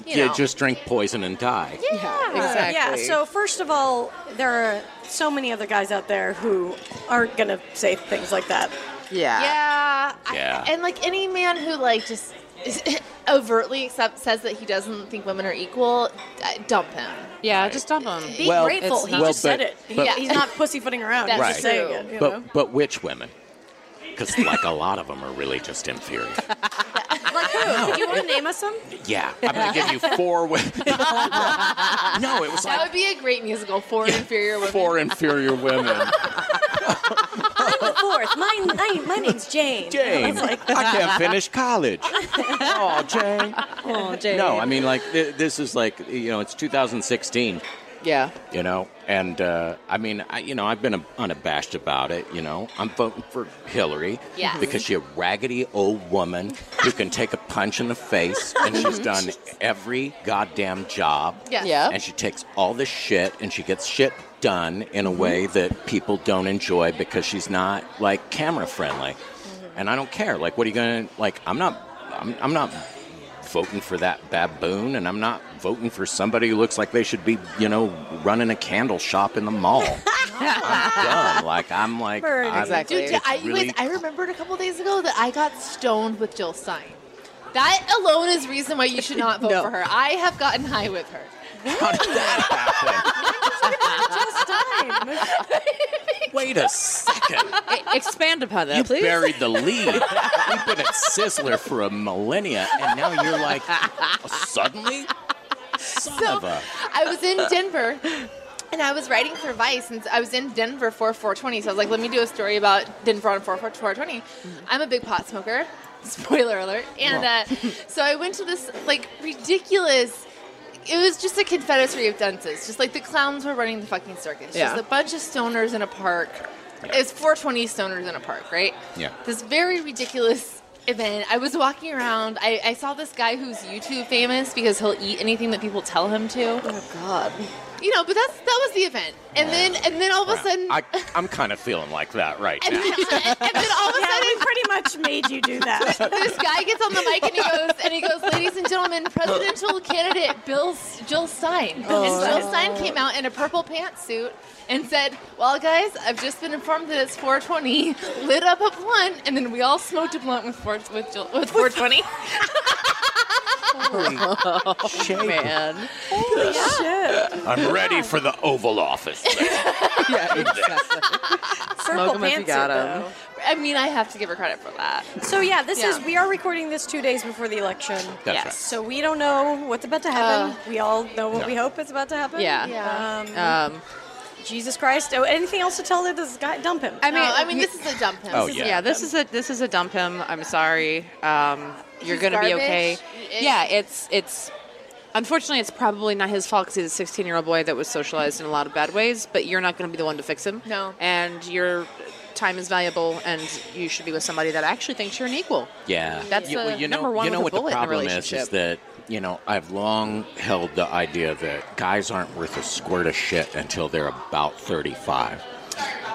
you Yeah, know. just drink poison and die. Yeah, exactly. Yeah. So first of all, there are so many other guys out there who aren't gonna say things like that. yeah. yeah, I- Yeah. and like any man who like just is overtly accept, says that he doesn't think women are equal, d- dump him. Yeah, just dump them. Be Well, grateful. it's He not- just well, said it. but- He- but- he's not pussyfooting around. That's he's just true. saying it. you know? But but which women? Because like a lot of them are really just inferior. like who? Do you want to name us some? Yeah, I'm gonna give you four women. no, it was That like would be a great musical for inferior women. four inferior women. I'm the fourth. Mine, my, my name's Jane. Jane, I can't finish college. Oh, Jane. Oh, Jane. No, I mean like th- this is like you know it's 2016. yeah. You know, and uh, I mean, I, you know, I've been unabashed about it. You know, I'm voting for Hillary Yes. because she's a raggedy old woman who can take a punch in the face, and she's done every goddamn job. Yes. Yeah. And she takes all the shit, and she gets shit done in a Mm-hmm. way that people don't enjoy because she's not like camera friendly. Mm-hmm. And I don't care. Like, what are you gonna like? I'm not. I'm, I'm not voting for that baboon, and I'm not voting for somebody who looks like they should be, you know, running a candle shop in the mall. I'm done. Like I'm like Bird. I'm- Exactly. Dude, It's I, you really- guys, I remembered a couple days ago that I got stoned with Jill Stein. That alone is reason why you should not vote No. for her. I have gotten high with her. How did that happen? Just time. Wait a second. E- expand upon that, You please. buried the lead. We've been at Sizzler for a millennia, and now you're like, suddenly? Son of a. I was in Denver. And I was writing for Vice, and I was in Denver for 420. So I was like, let me do a story about Denver on 4 420. I'm a big pot smoker. Spoiler alert. And uh, so I went to this like ridiculous. It was just a confederacy of dunces. Just like the clowns were running the fucking circus. Yeah. Just a bunch of stoners in a park. It's 420 stoners in a park, right? Yeah. This very ridiculous event. I was walking around. I, I saw this guy who's YouTube famous because he'll eat anything that people tell him to Oh God. you know, but that's that was the event, and then and then all of a sudden, I, I'm kind of feeling like that right and, now. then, and then all of a Yeah, we sudden, pretty much made you do that. this guy gets on the mic and he goes and he goes, ladies and gentlemen, presidential candidate Bill Jill Stein, Oh, and Jill Stein came out in a purple pantsuit and said, well, guys, I've just been informed that it's 420, lit up a blunt, and then we all smoked a blunt with four, with Jill, with 420. man. I'm ready for the Oval Office. yeah, exactly. Purple him if you pantsuit, got him. though. I mean, I have to give her credit for that. So yeah, this Yeah. is we are recording this two days before the election. That's Yes. Uh, right. So we don't know what's about to happen. we all know what No. we hope is about to happen. Yeah. Yeah. Uh, Um, Um, Jesus Christ! Oh, anything else to tell her this guy dump him? I I mean, mean, I mean, this is a dump. Oh, This is- yeah. yeah. this is a this is a dump him. I'm sorry. Um, you're He's gonna be garbage. okay. It- yeah, it's it's. Unfortunately, it's probably not his fault because he's a 16 year old boy that was socialized in a lot of bad ways. But you're not going to be the one to fix him. No. And your time is valuable, and you should be with somebody that actually thinks you're an equal. Yeah, That's You- the well, you know, number one You know with a bullet what the in a problem is? Is relationship. that you know I've long held the idea that guys aren't worth a squirt of shit until they're about thirty-five.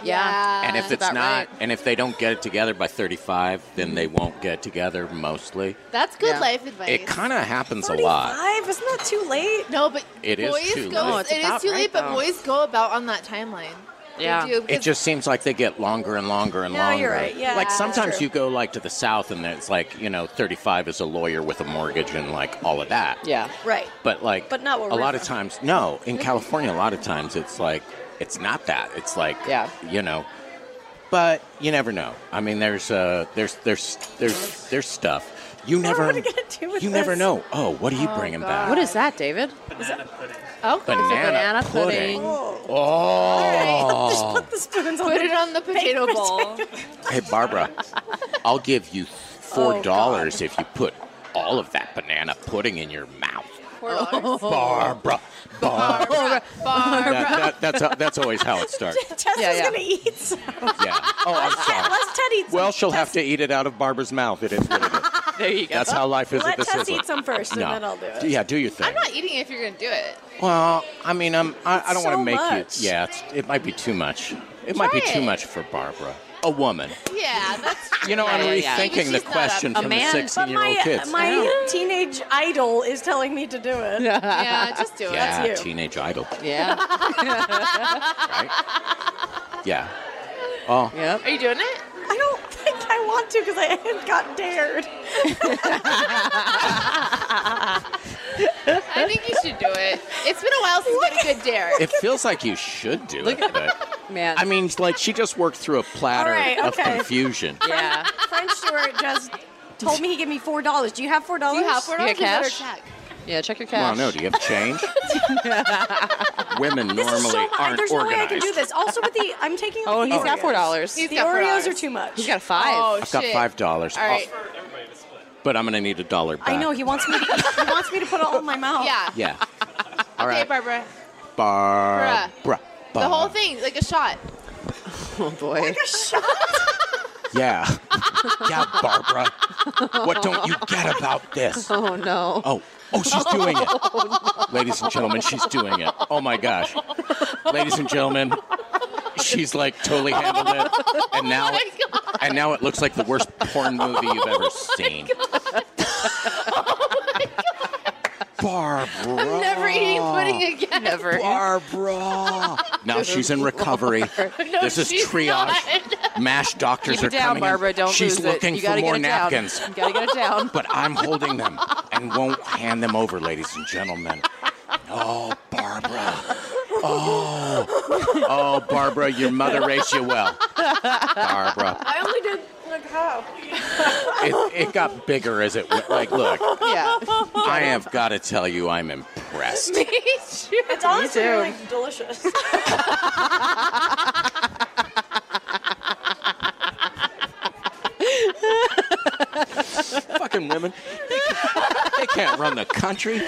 Yeah. and if That's it's about not, right. and if they don't get it together by 35, then they won't get together mostly. That's good Yeah. life advice. It kind of happens a lot. Thirty-five? Isn't that too late? No, but It is boys too go. late. it's it about is too right, late, but though. boys go about on that timeline. They Yeah. do, It because- just seems like they get longer and longer and No, longer. you're right. Yeah, like that's sometimes true. you go like to the south and it's like, you know, 35 is a lawyer with a mortgage and like all of that. Yeah. Right. But like But not where a we're lot of from. times no, in California a lot of times it's like it's not that. It's like Yeah. you know. But you never know. I mean there's uh there's there's there's there's stuff. You never am I gonna do with You never this? know. Oh, what are you bringing back? What is that, David? oh, banana, banana pudding? pudding? Oh. Just put the spoons on put the- it on the potato bowl. Hey, Barbara, I'll give you four dollars if you put all of that banana pudding in your mouth. Oh, Four dollars. Barbara, Barbara. Barbara, Barbara. That- that- that's how, that's always how it starts. Tessa's Yeah, yeah. gonna eat some. Yeah. Oh, I'm sorry. Let Ted eat some. Well, she'll have to eat it out of Barbara's mouth. It is what it is. There you go. That's how life is Let at the Tess sizzle. eat some first, and then I'll do it. Yeah, do your thing. I'm not eating it if you're gonna do it. well, I mean, I'm, I, I don't want So to make much. you. Yeah, it's, it might be too much. It might be Try too it. much for Barbara, a woman. Yeah, that's You know, I'm Yeah, yeah, yeah. rethinking the She's not a- question a from man. the But 16 year old my kids. my teenage idol is telling me to do it. yeah. Just do it. yeah, That's you. teenage idol, Yeah. right? yeah. Oh, yep. Are you doing it? I don't think I want to because I haven't got dared. I think you should do it. It's been a while since we had a good dare. it feels like you should do it, but Man. I mean, like she just worked through a platter All right, of okay. confusion. yeah. French Stewart just told me he gave me four dollars. Do you have four dollars? Do you have four You dollars? get better cash? check. Yeah, check your Well, cash. no, do you have change? Women This is normally so much. aren't There's no organized. way I can do this. Also, with the I'm taking. Oh, off the he's got Oreos. four dollars. He's The got four Oreos are dollars. too much. He's got a five. Oh, I've got shit. five dollars, Oh, All right. but I'm gonna need a dollar back. I know he wants me. To, he wants me to put it all in my mouth. Yeah. Yeah. All right, Okay, Oh. Barbara. Barbara. The whole Barb- thing, like a shot. Oh boy. Yeah. yeah, Barbara. What don't you get about this? Oh no. Oh, Oh, oh, she's doing it. Ladies and gentlemen, she's doing it. Oh my gosh. Ladies and gentlemen, she's like totally handled it. Oh, And now and now it looks like the worst porn movie you've ever Oh, seen. Barbara. I'm never eating pudding again. Never. Barbara. Now she's in recovery. No, this is she's triage. MASH doctors Keep it are down, coming. in. Barbara. Don't she's lose looking it. You for gotta more get it napkins. down. You gotta get it down. But I'm holding them and won't hand them over, ladies and gentlemen. Oh, Barbara. Oh, oh, Barbara, your mother raised you well. Barbara. I only did like half. It, it got bigger as it went. Like, look, yeah. I have got to tell you, I'm impressed. It's honestly too. really delicious. Fucking women. They can't, they can't run the country.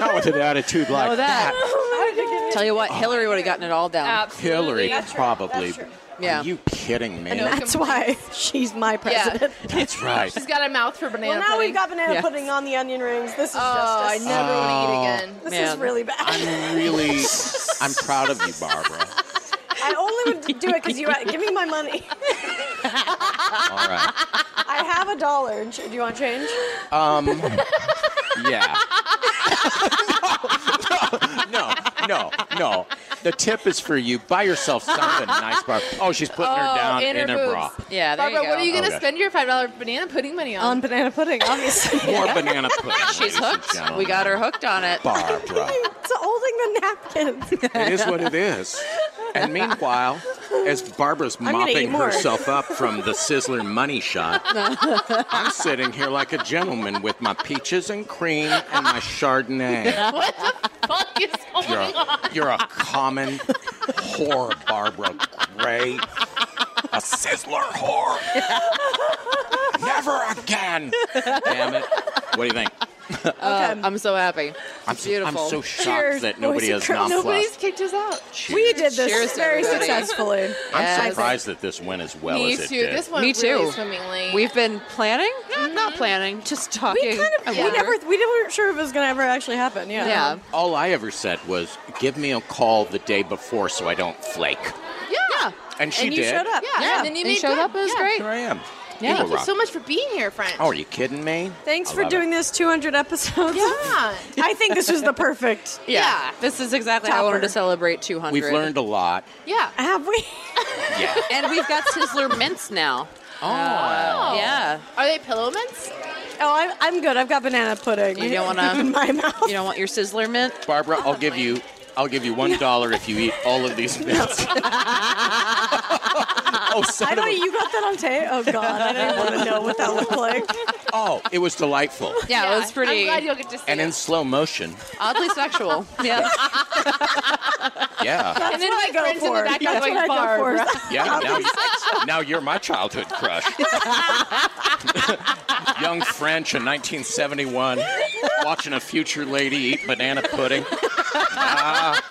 Not with an attitude like Oh, that. Tell you what, Hillary would have gotten it all down. Hillary probably. That's true. Yeah. Are you kidding me? That's why she's my president. That's right. She's got a mouth for banana Well, now pudding. we've got banana Yeah. pudding on the onion rings. This is Oh, I justice. never want to eat again. This is Man. really bad. I'm really. I'm proud of you, Barbara. I only would do it because you uh, give me my money. All right. I have a dollar. Do you want change? Um. Yeah. no, no, no, no. The tip is for you. Buy yourself something nice, Barbara. Oh, she's putting her Oh, down in her in her bra. boobs. Yeah, there Barbara, you go. what are you gonna Okay. spend your five dollar banana pudding money on? On banana pudding, obviously. More banana pudding. She's ladies and hooked. We got her gentlemen. hooked on it. Barbara. It's holding the napkins. It is what it is. And meanwhile, as Barbara's gonna eat mopping more. herself up from the Sizzler money shot, I'm sitting here like a gentleman with my peaches and cream and my Chardonnay. Fuck is going You're a, you're a common whore, Barbara Gray. A Sizzler whore. Never again. Damn it. What do you think? Okay. I'm so happy. I'm so, I'm Beautiful. so shocked Cheers, that nobody boys and has girls. nonplussed. Nobody's kicked us out. we did this Cheers to very everybody. successfully. I'm Yes. surprised that this went as well Me as it too. did. This one Me really too. swimmingly. We've been planning, Mm-hmm. not, not planning, just talking. We kind of, I we wonder. never, we weren't sure if it was going to ever actually happen. Yeah. Yeah. All I ever said was, give me a call the day before so I don't flake. Yeah. And she and you did. showed up. Yeah, and then you They made showed good. up, it was Yeah. great. Here I am. Yeah. Eagle Thank you Rock. so much for being here, French. Oh, are you kidding me? Thanks I for love doing it. this 200 episodes. Yeah. I think this was the perfect. Yeah. This is exactly how I wanted to celebrate 200. We've learned a lot. Yeah. Have we? Yeah. And we've got Sizzler mints now. oh. Yeah. Are they pillow mints? Oh, I'm, I'm good. I've got banana pudding. You don't wanna- in my mouth. You don't want your Sizzler mint? Barbara, I'll give you. I'll give you one dollar if you eat all of these mints. oh, son I of don't. a- You got that on tape? Oh God, I didn't want to know what that looked like. oh, it was delightful Yeah, it was pretty I'm glad you'll get to see and in it. slow motion. oddly sexual. Yeah. Yeah, and then what my I go friends in for. the background That's going, what I go for. "Barb." yeah. Now, now you're my childhood crush. Young French in 1971, watching a future lady eat banana pudding. Ah,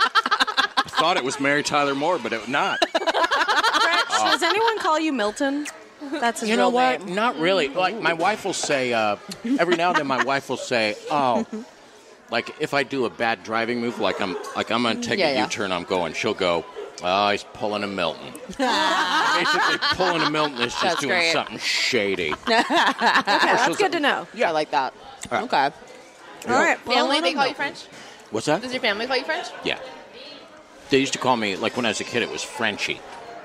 I thought it was Mary Tyler Moore, but it was not. Does anyone call you Milton? That's his You know real what? name. Not really. Like my wife will say uh, every now and then. My wife will say, "Oh, like if I do a bad driving move, like I'm like I'm gonna take Yeah, a yeah. turn I'm going." She'll go, "Oh, he's pulling a Milton." Basically, pulling a Milton is just That's doing great. something shady. That's good to know. I like that. right. Okay. All right. well, Family, let they him call know. you French? What's that? Does your family call you French? Yeah. They used to call me like when I was a kid. It was Frenchie.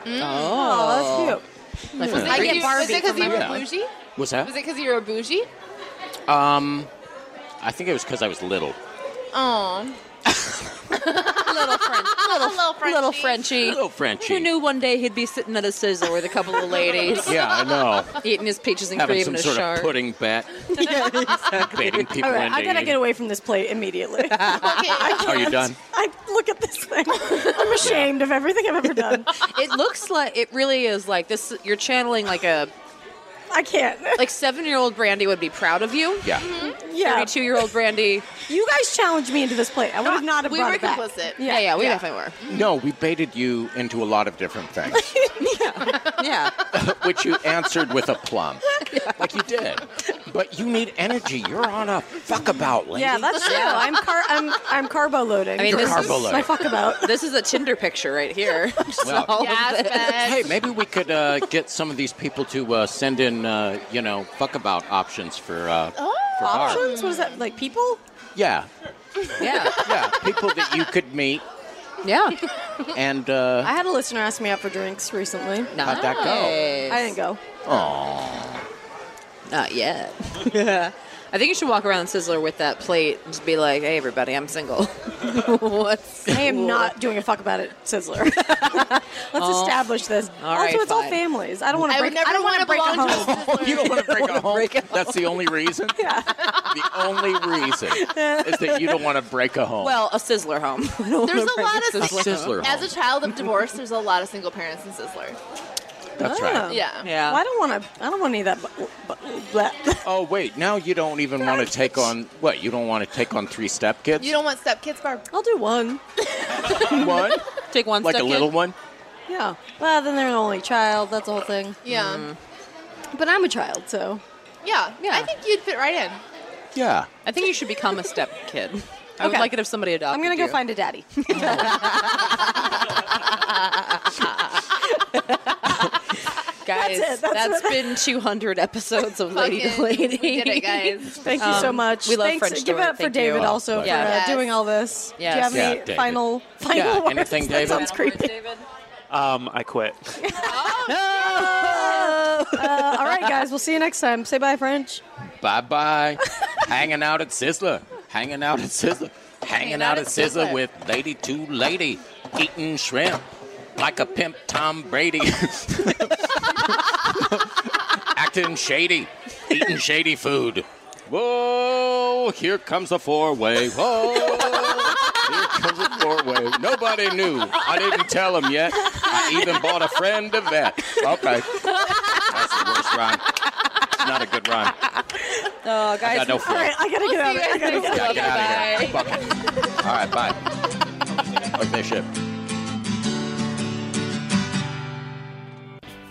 Oh, that's cute. I get Barbie Was it because from you were my- Yeah. bougie? What's Was that? it because you were bougie? I think it was because I was little. Oh. Little French. Little, Little Little Frenchie. Frenchie. Little Frenchie. Who knew one day he'd be sitting at a sizzle with a couple of ladies, Yeah, I know. eating his peaches and Having cream some and a sort shard. of pudding bet, Yeah, exactly. baiting people All right, into I gotta eating. get away from this plate immediately. Okay. Are you done? I look at this thing. I'm ashamed of everything I've ever done. it looks like it really is like this. You're channeling like a I can't. like seven year old Brandy would be proud of you. Yeah. Yeah, 32 year old Brandy. you guys challenged me into this plate. I would have not have we brought were it back. complicit. Yeah, yeah, we definitely were. No, we baited you into a lot of different things, Yeah. which you answered with aplomb. Like you did. But you need energy. You're on a fuckabout, lady. Yeah, that's true. I'm car. I'm I'm carbo loading. I mean, You're this carbo is- my loaded. fuck about. This is a Tinder picture right here. Just Well. all of Yes, this. French. Hey, maybe we could uh, get some of these people to uh, send in, uh, you know, fuckabout options for uh, Oh. for Barb. Options? What is that? Like people? Yeah, Yeah. yeah, people that you could meet, Yeah. and uh, I had a listener ask me out for drinks recently. How'd that go? Nice. I didn't go. Not yet. I think you should walk around Sizzler with that plate and just be like, hey, everybody, I'm single. What's I am cool? not doing a fuck about it, Sizzler. Let's establish this. all also, right, it's all fine. families. I don't want to I break. would never I don't want want to break a belong home. to a you don't want to break a home. That's the only reason. The only reason is that you don't want to break a home. Well, a Sizzler home. There's a lot of a sizzler As home. a child of divorce, there's a lot of single parents in Sizzler. That's Oh. right. Yeah. Yeah. Well, I don't want to. I don't want any of that. bu- bu- bu- Oh wait, now you don't even want to take on what? You don't want to take on three step kids? You don't want stepkids, Barb. I'll do one. don't one? Take one like a step in. little one? Yeah. Well, then they're an only child. That's the whole thing. Yeah. But I'm a child, so. Yeah. Yeah. I think you'd fit right in. Yeah. I think you should become a step kid. I would Okay. like it if somebody adopted I'm gonna go you. find a daddy. Guys, That's it. That's that's been 200 episodes of Lady to Fucking- Lady. We did it, guys. Thank you so much. Um, we love Thanks. French Give it Door. up for Thank David you. also Yeah. for uh, Yes. doing all this. Do you Yes. have any Yeah, David. final final Yeah, words? anything, That David? sounds creepy. Um, I quit. Uh, all right, guys. We'll see you next time. Say bye, French. Bye bye. Hanging out at Sizzler. Hanging out at Sizzler. Hanging out at Sizzler with Lady Two Lady. Eating shrimp like a pimp Tom Brady. Acting shady. Eating shady food. Whoa, here comes a four way. Whoa, here comes a four way. Nobody knew. I didn't tell him yet. I even bought a friend a vet. Okay. That's the worst rhyme. It's not a good rhyme. Oh, guys, I got no All feeling. right, I gotta get out of it. I gotta get out. Yeah, get out of here. Fuck it. All right, bye. Fuck this shit.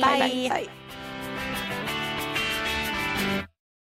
Bye. Bye.